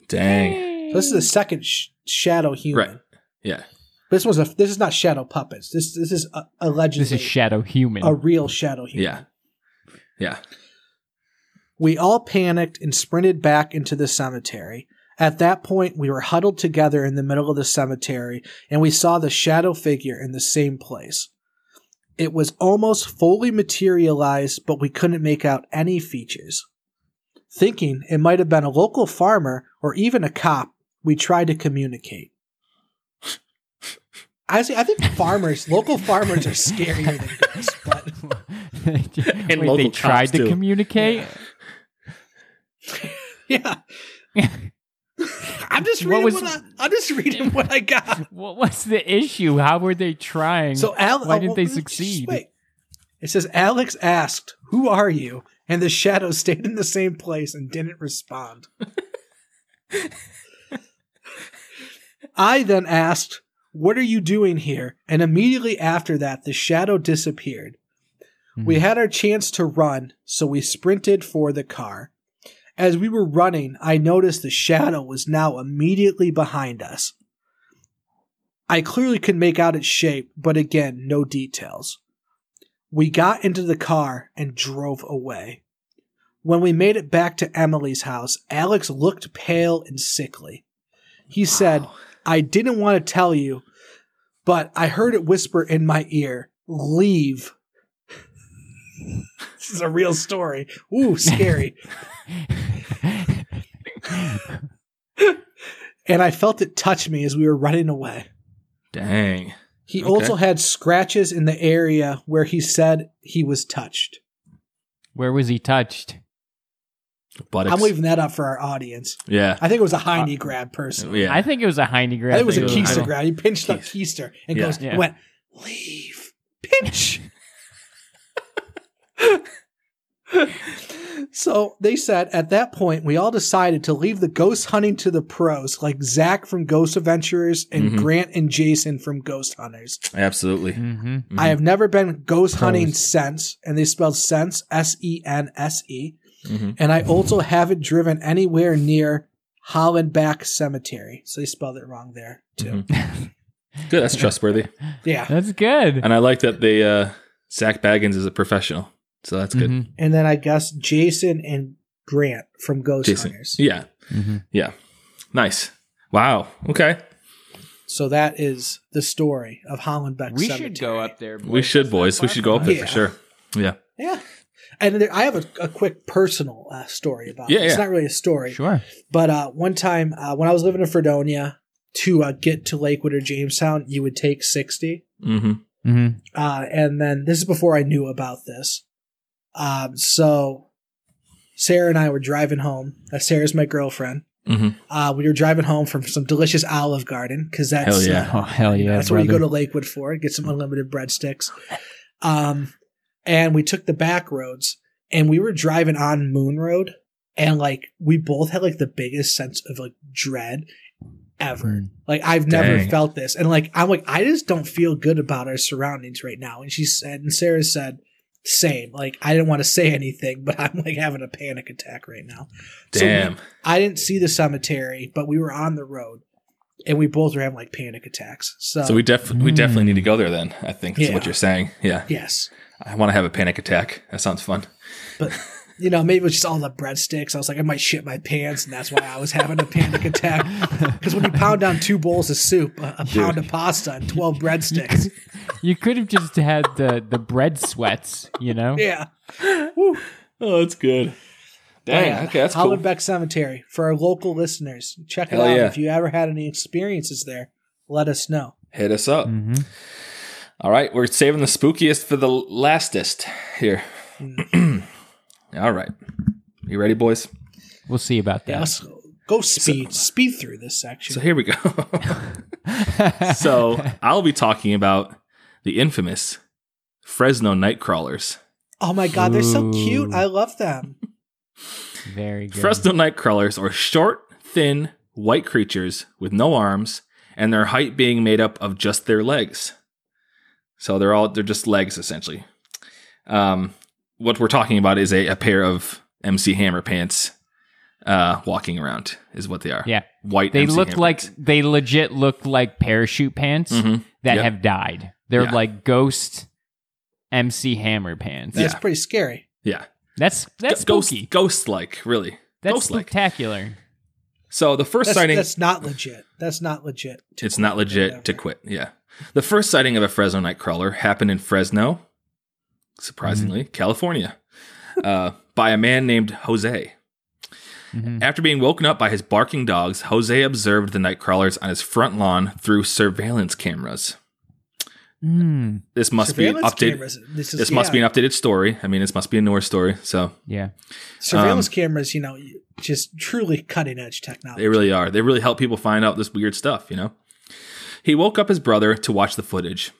Speaker 2: Dang.
Speaker 4: So this is the second sh- shadow human.
Speaker 2: Right. Yeah.
Speaker 4: This was a. This is not shadow puppets. This this is a, allegedly
Speaker 3: this is shadow human.
Speaker 4: a real shadow human.
Speaker 2: Yeah. Yeah.
Speaker 4: We all panicked and sprinted back into the cemetery. At that point, we were huddled together in the middle of the cemetery, and we saw the shadow figure in the same place. It was almost fully materialized, but we couldn't make out any features. Thinking it might have been a local farmer or even a cop, we tried to communicate. I, see, I think farmers, local farmers, are scarier than ghosts, but
Speaker 3: and
Speaker 2: local
Speaker 3: they
Speaker 2: cops,
Speaker 3: tried to
Speaker 2: too.
Speaker 3: communicate.
Speaker 4: Yeah. I'm just
Speaker 3: What
Speaker 4: reading what,
Speaker 3: was-
Speaker 4: I, I'm just reading what I got.
Speaker 3: What was the issue? How were they trying?
Speaker 4: So Al-
Speaker 3: Why didn't
Speaker 4: oh,
Speaker 3: they
Speaker 4: just
Speaker 3: succeed?
Speaker 4: wait. It says Alex asked, "Who are you?" and the shadow stayed in the same place and didn't respond. I then asked, "What are you doing here?" and immediately after that the shadow disappeared.
Speaker 3: Hmm.
Speaker 4: We had our chance to run, so we sprinted for the car. As we were running, I noticed the shadow was now immediately behind us. I clearly could make out its shape, but again, no details. We got into the car and drove away. When we made it back to Emily's house, Alex looked pale and sickly. He said, I didn't want to tell you, but I heard it whisper in my ear, leave. this is a real story. Ooh, scary. and I felt it touch me as we were running away.
Speaker 2: Dang.
Speaker 4: He
Speaker 2: Okay.
Speaker 4: also had scratches in the area where he said he was touched.
Speaker 3: Where was he touched?
Speaker 2: Buttocks.
Speaker 4: I'm leaving that up for our audience.
Speaker 2: yeah.
Speaker 4: I think it was a high knee grab person.
Speaker 2: Yeah.
Speaker 3: I think it was a Heine
Speaker 4: I
Speaker 3: grab.
Speaker 4: think it was a
Speaker 2: think it was a
Speaker 4: keister
Speaker 2: high-
Speaker 4: grab. He pinched the
Speaker 2: Keist.
Speaker 4: keister and
Speaker 2: Yeah.
Speaker 4: goes,
Speaker 3: Yeah.
Speaker 4: went, leave, pinch. so they said at that point, we all decided to leave the ghost hunting to the pros, like Zach from Ghost Adventurers and
Speaker 2: Mhm.
Speaker 4: Grant and Jason from Ghost Hunters.
Speaker 2: Absolutely.
Speaker 3: hmm
Speaker 2: Mhm.
Speaker 4: I have never been ghost
Speaker 3: Pros.
Speaker 4: hunting since, and they spelled sense S E N S E.
Speaker 2: Mhm.
Speaker 4: And I also haven't driven anywhere near Hollenbach Cemetery, so they spelled it wrong there too.
Speaker 2: Mm-hmm. Good. That's trustworthy.
Speaker 4: Yeah,
Speaker 3: That's good.
Speaker 2: And I like that they
Speaker 4: Mm-hmm.
Speaker 2: uh Zach Baggins is a professional. So that's good.
Speaker 3: Mhm.
Speaker 4: and then I guess Jason and Grant from Ghost
Speaker 2: Jason.
Speaker 4: Hunters.
Speaker 2: Yeah.
Speaker 3: Mm-hmm.
Speaker 2: Yeah. Nice. Wow. Okay.
Speaker 4: So that is the story of Holland Beck
Speaker 3: We
Speaker 4: Cemetery.
Speaker 3: should go up there. Boys.
Speaker 2: We should,
Speaker 3: That's not
Speaker 2: boys. We
Speaker 3: far
Speaker 2: should
Speaker 3: from
Speaker 2: go up there
Speaker 4: Yeah.
Speaker 2: for sure. Yeah.
Speaker 4: Yeah. And there, I have a, a quick personal uh, story about
Speaker 2: Yeah,
Speaker 4: it. It's
Speaker 2: yeah.
Speaker 4: not really a
Speaker 3: us.
Speaker 4: story.
Speaker 3: Sure.
Speaker 4: But uh, one time uh, when I was living in Fredonia, to uh, get to Lakewood or Jamestown, you would take 60.
Speaker 2: Mm-hmm.
Speaker 3: hmm
Speaker 4: Uh, and then this is before I knew about this. Um, so Sarah and I were driving home. Uh, Sarah's my girlfriend.
Speaker 2: Mm-hmm.
Speaker 4: Uh, we were driving home from some delicious Olive Garden because that's
Speaker 2: Hell yeah.
Speaker 4: uh,
Speaker 3: Oh hell yeah!
Speaker 4: that's
Speaker 3: brother. Mm.
Speaker 4: where you go to Lakewood for get some unlimited breadsticks. Um, and we took the back roads, and we were driving on Moon Road, and like we both had like the biggest sense of like dread ever.
Speaker 3: Mm.
Speaker 4: Like I've never
Speaker 2: Dang.
Speaker 4: felt this, and like I'm like I just don't feel good about our surroundings right now. And she said, and Sarah said, same. Like I didn't want to say anything, but I'm like having a panic attack right now. So we-
Speaker 2: Damn.
Speaker 4: I didn't see the cemetery, but we were on the road, and we both were having like panic attacks. So,
Speaker 2: So we def- we definitely need to go there then. I think that's
Speaker 4: uh, Mm. Yeah.
Speaker 2: what you're saying. Yeah.
Speaker 4: yes,
Speaker 2: I want to have a panic attack. That sounds fun.
Speaker 4: you know, maybe it was just all the breadsticks. I was like, I might shit my pants, and that's why I was having a panic attack. Because when you pound down two bowls of soup, a, a pound of pasta, and twelve breadsticks,
Speaker 3: You could have just had the the bread sweats. You know.
Speaker 4: yeah.
Speaker 2: Oh, that's good. Dang.
Speaker 4: Yeah.
Speaker 2: okay, that's cool.
Speaker 4: Hollenbeck Cemetery for our local listeners. Check it
Speaker 2: Hell
Speaker 4: out
Speaker 2: yeah.
Speaker 4: if you ever had any experiences there. Let us know.
Speaker 2: Hit us up.
Speaker 3: hmm
Speaker 2: All right, we're saving the spookiest for the lastest here. All right. You ready, boys?
Speaker 3: We'll see about
Speaker 4: Yeah,
Speaker 3: that.
Speaker 4: let's go speed speed through this section.
Speaker 2: So here we go. so I'll be talking about the infamous Fresno Nightcrawlers.
Speaker 4: oh my god, they're so
Speaker 3: Ooh.
Speaker 4: cute. I love them.
Speaker 3: Very good.
Speaker 2: Fresno Nightcrawlers are short, thin, white creatures with no arms, and their height being made up of just their legs. So they're all they're just legs essentially. Um, what we're talking about is a, a pair of MC Hammer pants uh, walking around is what they are.
Speaker 3: Yeah.
Speaker 2: white.
Speaker 3: They
Speaker 2: MC
Speaker 3: look
Speaker 2: Hammer
Speaker 3: like
Speaker 2: pants.
Speaker 3: they legit look like parachute pants
Speaker 2: Mhm.
Speaker 3: that
Speaker 2: Yep.
Speaker 3: have died. They're
Speaker 2: Yeah.
Speaker 3: like ghost MC Hammer pants.
Speaker 4: That's
Speaker 3: That's
Speaker 2: Yeah.
Speaker 4: pretty scary.
Speaker 2: yeah,
Speaker 3: that's, that's
Speaker 2: ghost
Speaker 3: spooky.
Speaker 2: ghost like really.
Speaker 3: that's
Speaker 2: ghost like.
Speaker 3: spectacular.
Speaker 2: So the first
Speaker 4: That's,
Speaker 2: sighting
Speaker 4: that's not legit. That's not legit.
Speaker 2: it's not legit to
Speaker 4: Whatever.
Speaker 2: quit. Yeah. The first sighting of a Fresno nightcrawler happened in Fresno, surprisingly,
Speaker 4: Mm-hmm.
Speaker 2: California, uh, by a man named Jose.
Speaker 4: Mm-hmm.
Speaker 3: Mhm.
Speaker 2: After being woken up by his barking dogs, Jose observed the nightcrawlers on his front lawn through surveillance cameras.
Speaker 3: Mm,
Speaker 2: This must be
Speaker 4: Surveillance
Speaker 2: updated.
Speaker 4: cameras. This, is,
Speaker 2: This must
Speaker 4: yeah.
Speaker 2: be an updated story. I mean, this must be a newer story. So
Speaker 3: yeah.
Speaker 2: um,
Speaker 4: surveillance cameras. You know, just truly cutting edge technology.
Speaker 2: They really are. They really help people find out this weird stuff, you know? He woke up his brother to watch the footage.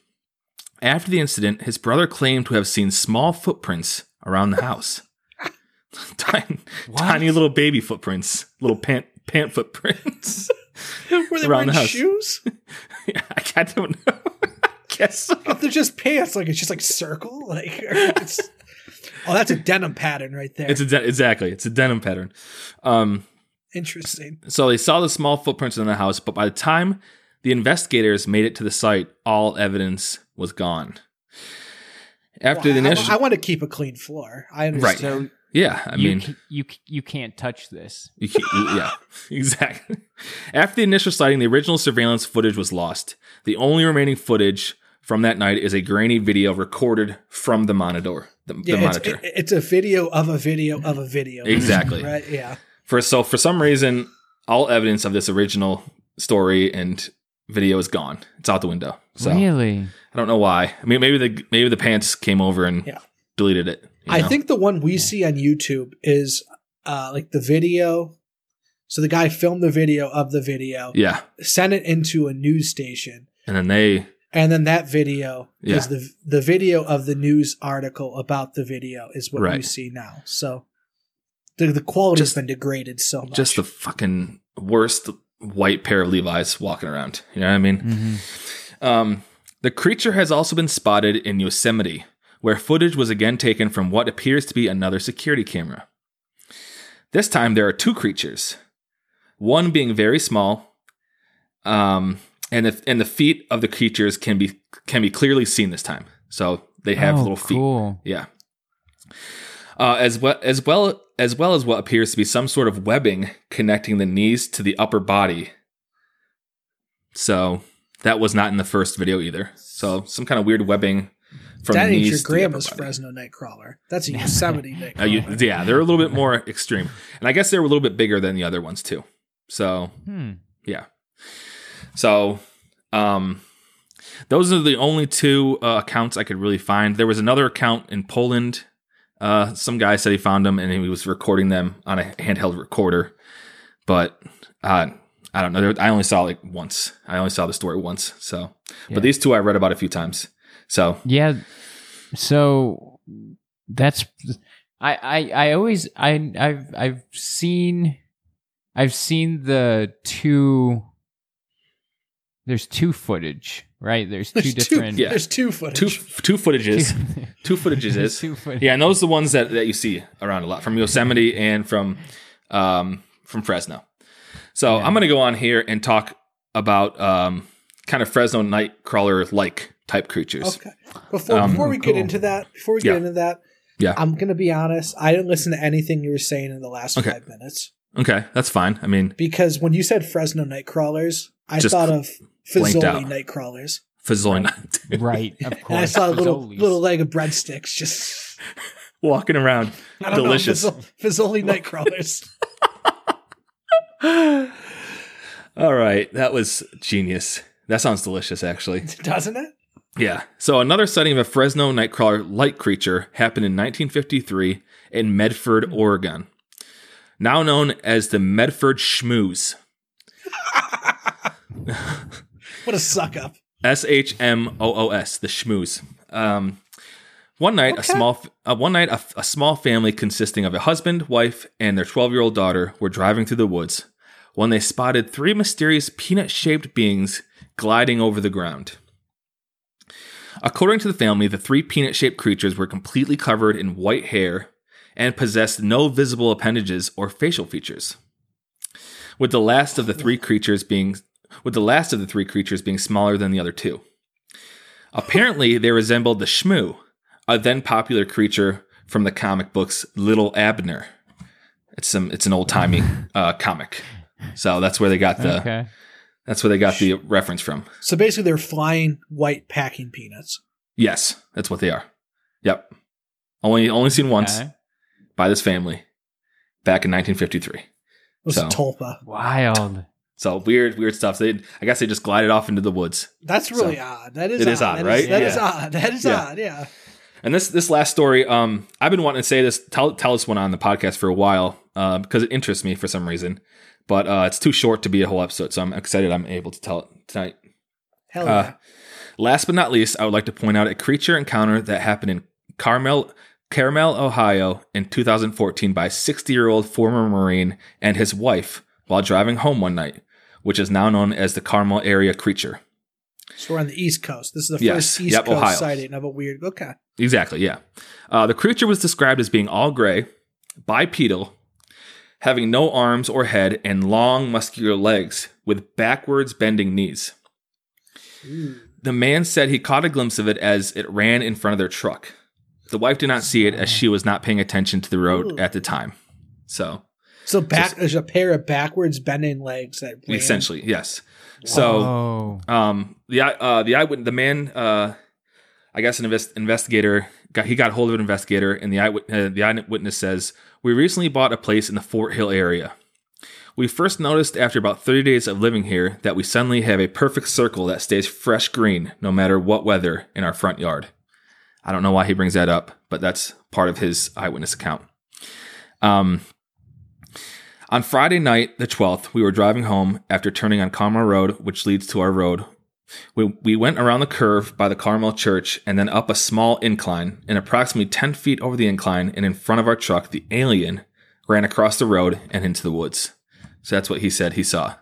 Speaker 2: After the incident, his brother claimed to have seen small footprints around the house. tiny, tiny little baby footprints, little pant pant footprints.
Speaker 4: Were they
Speaker 2: around
Speaker 4: wearing
Speaker 2: the house.
Speaker 4: shoes?
Speaker 2: I, I don't know. I guess so.
Speaker 4: If they're just pants, like it's just like circle, like it's, oh, that's a denim pattern right there.
Speaker 2: It's a de- exactly. It's a denim pattern. Um,
Speaker 4: Interesting.
Speaker 2: So they saw the small footprints in the house, but by the time the investigators made it to the site, all evidence was gone. After
Speaker 4: Well,
Speaker 2: the
Speaker 4: I-
Speaker 2: initial,
Speaker 4: I, want to keep a clean floor. I
Speaker 2: Right.
Speaker 4: understand.
Speaker 3: So
Speaker 2: yeah, I
Speaker 3: you,
Speaker 2: mean,
Speaker 3: c- you c- you can't touch this.
Speaker 2: You can't- you- yeah, exactly. After the initial sighting, the original surveillance footage was lost. The only remaining footage from that night is a grainy video recorded from the monitor. The, the
Speaker 4: Yeah, it's,
Speaker 2: monitor.
Speaker 4: it- it's a video of a video of a video.
Speaker 2: Exactly.
Speaker 4: Right. Yeah.
Speaker 2: for so for some reason, all evidence of this original story and video is gone. It's out the window. So
Speaker 3: Really?
Speaker 2: I don't know why. I mean, maybe the maybe the pants came over and
Speaker 4: Yeah.
Speaker 2: deleted it. you
Speaker 4: I
Speaker 2: know?
Speaker 4: think the one we see on YouTube is uh, like the video. So the guy filmed the video of the video,
Speaker 2: Yeah,
Speaker 4: sent it into a news station,
Speaker 2: and then they.
Speaker 4: and then that video
Speaker 2: Yeah.
Speaker 4: is the the video of the news article about the video is what you
Speaker 2: Right.
Speaker 4: see now. So the the quality has been degraded so much.
Speaker 2: Just the fucking worst white pair of Levi's walking around. You know what I mean?
Speaker 3: Mm-hmm.
Speaker 2: Um, the creature has also been spotted in Yosemite, where footage was again taken from what appears to be another security camera. This time there are two creatures, one being very small, um, and the, and the feet of the creatures can be can be clearly seen this time. So they have
Speaker 3: oh,
Speaker 2: little feet.
Speaker 3: Cool.
Speaker 2: Yeah. Uh, as well as well as well as what appears to be some sort of webbing connecting the knees to the upper body. So that was not in the first video either. So some kind of weird webbing from
Speaker 4: that ain't
Speaker 2: knees
Speaker 4: your
Speaker 2: to the upper
Speaker 4: grandma's
Speaker 2: body.
Speaker 4: Fresno Nightcrawler. That's a Yosemite Nightcrawler.
Speaker 2: Uh, you- yeah, they're a little bit more extreme, and I guess they're a little bit bigger than the other ones too. So
Speaker 3: Hmm.
Speaker 2: So, um, those are the only two uh, accounts I could really find. There was another account in Poland. Uh, some guy said he found them and he was recording them on a handheld recorder, but uh, I don't know. There- I only saw like once. I only saw the story once. So,
Speaker 3: Yeah.
Speaker 2: but these two I read about a few times. So,
Speaker 3: Yeah. So that's I I I always I I've I've seen I've seen the two there's two footage, right? There's two
Speaker 4: There's
Speaker 3: different
Speaker 2: yeah.
Speaker 4: There's two
Speaker 2: two
Speaker 4: footage.
Speaker 2: two footages, two footages
Speaker 3: there's
Speaker 2: is
Speaker 3: two footage.
Speaker 2: yeah, and those are the ones that, that you see around a lot from Yosemite and from um, from Fresno. So
Speaker 3: Yeah.
Speaker 2: I'm going to go on here and talk about um, kind of Fresno nightcrawler like type creatures.
Speaker 4: Okay. Before
Speaker 2: Um,
Speaker 4: before we get
Speaker 3: cool.
Speaker 4: into that, before we
Speaker 2: Yeah.
Speaker 4: get into that,
Speaker 2: Yeah.
Speaker 4: I'm gonna be honest. I didn't listen to anything you were saying in the last
Speaker 2: Okay.
Speaker 4: five minutes
Speaker 2: Okay, that's fine. I mean,
Speaker 4: because when you said Fresno Nightcrawlers, I
Speaker 2: Just
Speaker 4: thought of
Speaker 2: blanked
Speaker 4: Fazoli
Speaker 2: out.
Speaker 4: Nightcrawlers,
Speaker 2: fizzling night
Speaker 3: Right, of
Speaker 4: and I
Speaker 3: course.
Speaker 4: saw a little
Speaker 3: Fazoli's.
Speaker 4: little leg of breadsticks just.
Speaker 2: walking around,
Speaker 4: I don't
Speaker 2: delicious.
Speaker 4: know. Fazoli Nightcrawlers.
Speaker 2: All right, that was genius. That sounds delicious, actually.
Speaker 4: Doesn't it?
Speaker 2: Yeah. So another sighting of a Fresno nightcrawler like creature happened in 1953 in Medford, Oregon, now known as the Medford Schmooze.
Speaker 4: What a suck up.
Speaker 2: S H M O O S, the schmooze. Um, one night, a
Speaker 4: Okay.
Speaker 2: small uh, one night, a, a small family consisting of a husband, wife, and their twelve-year-old daughter were driving through the woods when they spotted three mysterious peanut-shaped beings gliding over the ground. According to the family, the three peanut-shaped creatures were completely covered in white hair and possessed no visible appendages or facial features. With the last of the three creatures being with the last of the three creatures being smaller than the other two. Apparently, they resembled the Shmoo, a then popular creature from the comic books Little Abner. It's some it's an old timey uh, comic, so that's where they got the
Speaker 3: Okay.
Speaker 2: that's where they got the reference from.
Speaker 4: So basically, they're flying white packing peanuts.
Speaker 2: Yes, that's what they are. Yep, only only seen once
Speaker 3: Okay.
Speaker 2: by this family back in 1953.
Speaker 4: It was
Speaker 2: So-
Speaker 4: Tulpa.
Speaker 3: Wild.
Speaker 2: So weird weird stuff. So they I guess they just glided off into the woods.
Speaker 4: That's really
Speaker 2: So-
Speaker 4: odd. That is
Speaker 2: It
Speaker 4: odd.
Speaker 2: is odd,
Speaker 4: That
Speaker 2: right?
Speaker 4: that is
Speaker 2: Yeah.
Speaker 4: odd. That is
Speaker 2: Yeah.
Speaker 4: odd. Yeah.
Speaker 2: And this this last story, um, I've been wanting to say this, tell tell this one on the podcast for a while, uh, because it interests me for some reason. But uh, it's too short to be a whole episode, so I'm excited I'm able to tell it tonight.
Speaker 4: Hell yeah.
Speaker 2: Uh, last but not least, I would like to point out a creature encounter that happened in Carmel, Carmel, Ohio, in 2014 by a 60 year old former Marine and his wife while driving home one night, which is now known as the Carmel area creature.
Speaker 4: so we're on the East Coast. This is the
Speaker 2: Yes.
Speaker 4: first East
Speaker 2: Yep,
Speaker 4: Coast
Speaker 2: Ohio.
Speaker 4: sighting of a weird. Okay.
Speaker 2: Exactly, yeah. Uh, the creature was described as being all gray, bipedal, having no arms or head, and long, muscular legs with backwards bending knees. The man said he caught a glimpse of it as it ran in front of their truck. The wife did not see it as she was not paying attention to the road
Speaker 4: Ooh.
Speaker 2: at the time. So,
Speaker 4: So back there's a pair of backwards bending legs that ran.
Speaker 2: essentially, yes. So,
Speaker 3: Whoa.
Speaker 2: Um, the eye- uh, the eyewitness, the man, uh, I guess an invest- investigator got he got hold of an investigator, and the eyewit- uh, the eyewitness says we recently bought a place in the Fort Hill area. We first noticed after about 30 days of living here that we suddenly have a perfect circle that stays fresh green no matter what weather in our front yard. I don't know why he brings that up, but that's part of his eyewitness account. Um, on Friday night, the 12th, we were driving home after turning on Carmel Road, which leads to our road. We, we went around the curve by the Carmel Church and then up a small incline, and approximately 10 feet over the incline and in front of our truck, the alien ran across the road and into the woods. So that's what he said he saw.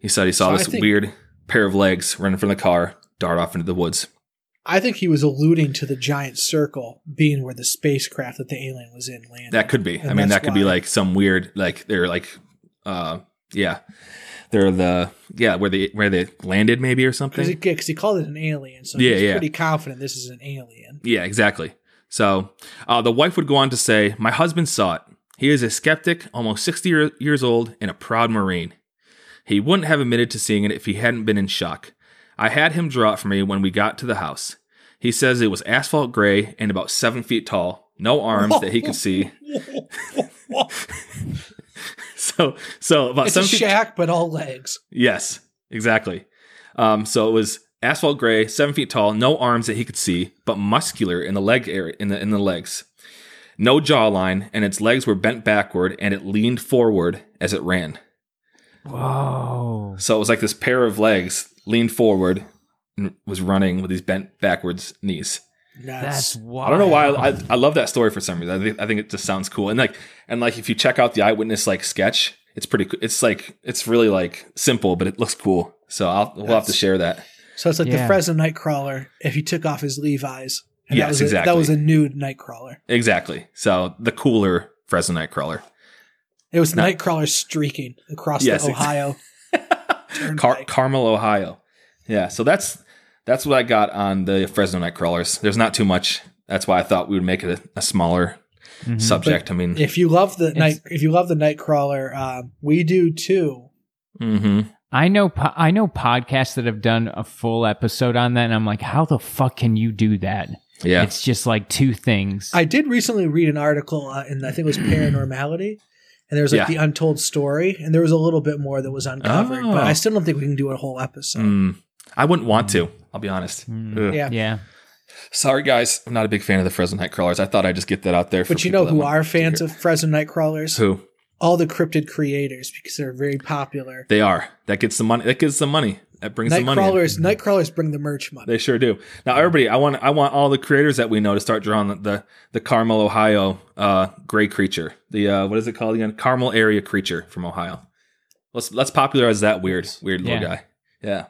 Speaker 2: He said he saw
Speaker 4: So I
Speaker 2: this
Speaker 4: think-
Speaker 2: weird pair of legs running from the car, dart off into the woods.
Speaker 4: I think he was alluding to the giant circle being where the spacecraft that the alien was in landed.
Speaker 2: That could be.
Speaker 4: And
Speaker 2: I mean,
Speaker 4: that's
Speaker 2: that could be
Speaker 4: why-
Speaker 2: like some weird, like they're like, uh, yeah, they're the yeah where they where they landed maybe or
Speaker 4: because he,
Speaker 2: something.
Speaker 4: 'cause he called it an alien, so
Speaker 2: Yeah,
Speaker 4: he's
Speaker 2: yeah.
Speaker 4: pretty confident this is an alien.
Speaker 2: Yeah, exactly. So uh, the wife would go on to say, "My husband saw it. He is a skeptic, almost 60 year- years old, and a proud Marine. He wouldn't have admitted to seeing it if he hadn't been in shock. I had him draw it for me when we got to the house. He says it was asphalt gray and about seven feet tall, no arms that he could see. so, so about
Speaker 4: It's a
Speaker 2: seven feet
Speaker 4: shack, but all legs.
Speaker 2: Yes, exactly. Um, so it was asphalt gray, seven feet tall, no arms that he could see, but muscular in the leg area, in the in the legs. No jawline, and its legs were bent backward, and it leaned forward as it ran.
Speaker 3: Whoa.
Speaker 2: So it was like this pair of legs leaned forward and was running with these bent backwards knees.
Speaker 3: That's
Speaker 4: Nice.
Speaker 3: wild.
Speaker 2: I don't know why I, I love that story for some reason. I think, I think it just sounds cool. And like and like if you check out the eyewitness like sketch, it's pretty. co- It's like it's really like simple, but it looks cool. So I'll we'll have to
Speaker 4: That's-
Speaker 2: share that.
Speaker 4: so it's like
Speaker 3: Yeah.
Speaker 4: the Fresno Nightcrawler if he took off his Levi's. And
Speaker 2: Yes,
Speaker 4: that was a,
Speaker 2: exactly.
Speaker 4: That was a nude Nightcrawler.
Speaker 2: Exactly. So the cooler Fresno Nightcrawler.
Speaker 4: It was
Speaker 2: No.
Speaker 4: Nightcrawler streaking across
Speaker 2: Yes,
Speaker 4: the
Speaker 2: ex-
Speaker 4: Ohio.
Speaker 2: Car-
Speaker 4: Turnpike.
Speaker 2: Carmel, Ohio. Yeah. So that's that's what I got on the Fresno Nightcrawlers. There's not too much. That's why I thought we would make it a, a smaller Mm-hmm.
Speaker 4: Mm-hmm.
Speaker 3: Mhm.
Speaker 2: subject. I mean,
Speaker 4: if you love the night,
Speaker 3: It's-
Speaker 4: if you love the Nightcrawler, um, we do too.
Speaker 2: hmm
Speaker 3: I know po- I know podcasts that have done a full episode on that, and I'm like, how the fuck can you do that?
Speaker 2: yeah.
Speaker 3: It's just like two things.
Speaker 4: I did recently read an article, uh, in I think it was Paranormality, and there was
Speaker 2: Yeah.
Speaker 4: like the untold story, and there was a little bit more that was uncovered,
Speaker 2: Oh.
Speaker 4: but I still don't think we can do a whole episode.
Speaker 2: Mm. I wouldn't want to. I'll be honest.
Speaker 3: Mm.
Speaker 2: Ugh.
Speaker 4: Yeah.
Speaker 3: yeah.
Speaker 2: Sorry, guys. I'm not a big fan of the Fresno Nightcrawlers. I thought I'd just get that out there. For
Speaker 4: But you
Speaker 2: people
Speaker 4: know
Speaker 2: that
Speaker 4: who
Speaker 2: want
Speaker 4: are
Speaker 2: to
Speaker 4: fans
Speaker 2: hear.
Speaker 4: of Fresno Nightcrawlers?
Speaker 2: who
Speaker 4: All the cryptid creators because they're very popular.
Speaker 2: they are. That gets the money. That gets the money. That brings the money. in. Mm-hmm.
Speaker 4: Nightcrawlers, Nightcrawlers bring the merch money.
Speaker 2: They sure do. Now, everybody, I want I want all the creators that we know to start drawing the the, the Carmel, Ohio uh, gray creature. The uh, what is it called again? Carmel area creature from Ohio. Let's let's popularize that weird weird little
Speaker 3: Yeah.
Speaker 2: guy. Yeah,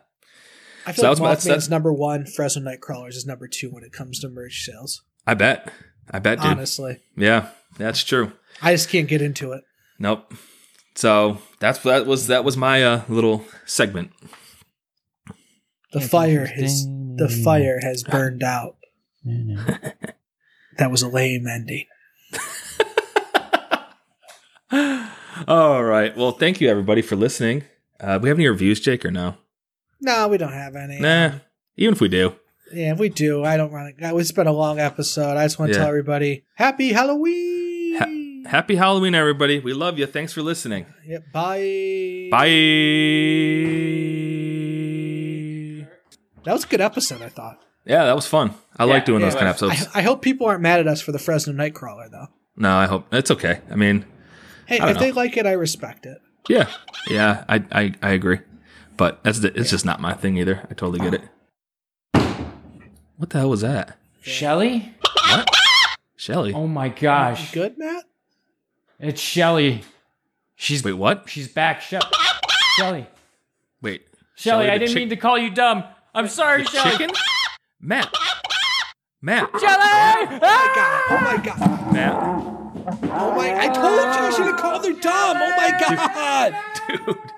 Speaker 4: I
Speaker 2: So that's-
Speaker 4: feel like
Speaker 2: that's-
Speaker 4: Mothman's
Speaker 2: that's-
Speaker 4: number one, Fresno Nightcrawlers is number two when it comes to merch sales.
Speaker 2: I bet. I bet, dude.
Speaker 4: Honestly,
Speaker 2: Yeah, that's true.
Speaker 4: I just can't get into it.
Speaker 2: Nope. So that's that was that was my uh, little segment.
Speaker 4: The fire has the
Speaker 2: Mm.
Speaker 4: fire has burned out. That was a lame ending.
Speaker 2: All right. Well, thank you everybody for listening. Uh, we have any reviews, Jake, or no?
Speaker 4: No, we don't have any.
Speaker 2: Nah. Even if we do,
Speaker 4: Yeah, we do. I don't want to. It's been a long episode. I just want to
Speaker 2: Yeah.
Speaker 4: tell everybody happy Halloween.
Speaker 2: happy Halloween, everybody. We love you. Thanks for listening.
Speaker 4: Yep, bye.
Speaker 2: Bye.
Speaker 4: That was a good episode, I thought.
Speaker 2: Yeah, that was fun. I like doing those
Speaker 3: yeah.
Speaker 2: kind of
Speaker 4: I,
Speaker 2: episodes.
Speaker 4: I hope people aren't mad at us for the Fresno Nightcrawler, though.
Speaker 2: no, I hope it's okay. I mean,
Speaker 4: Hey, if
Speaker 2: don't know.
Speaker 4: they like it, I respect it.
Speaker 2: yeah, yeah, I I, I agree, but that's the, it's just not my thing either. I totally get it. What the hell was that,
Speaker 3: Shelly?
Speaker 2: Shelly?
Speaker 3: Oh my gosh.
Speaker 4: Good, Matt?
Speaker 3: It's Shelly. She's
Speaker 2: Wait, what?
Speaker 3: she's back. She- Shelly.
Speaker 2: Wait,
Speaker 3: Shelly,
Speaker 2: Shelly,
Speaker 3: I
Speaker 2: the
Speaker 3: didn't
Speaker 2: chick-
Speaker 3: mean to call you dumb. I'm sorry, Shelly.
Speaker 2: chicken? Matt, Matt,
Speaker 4: God,
Speaker 3: Shelly!
Speaker 4: oh my god.
Speaker 2: Matt,
Speaker 4: Oh my I told you I should have called her dumb. Oh my god.
Speaker 2: dude.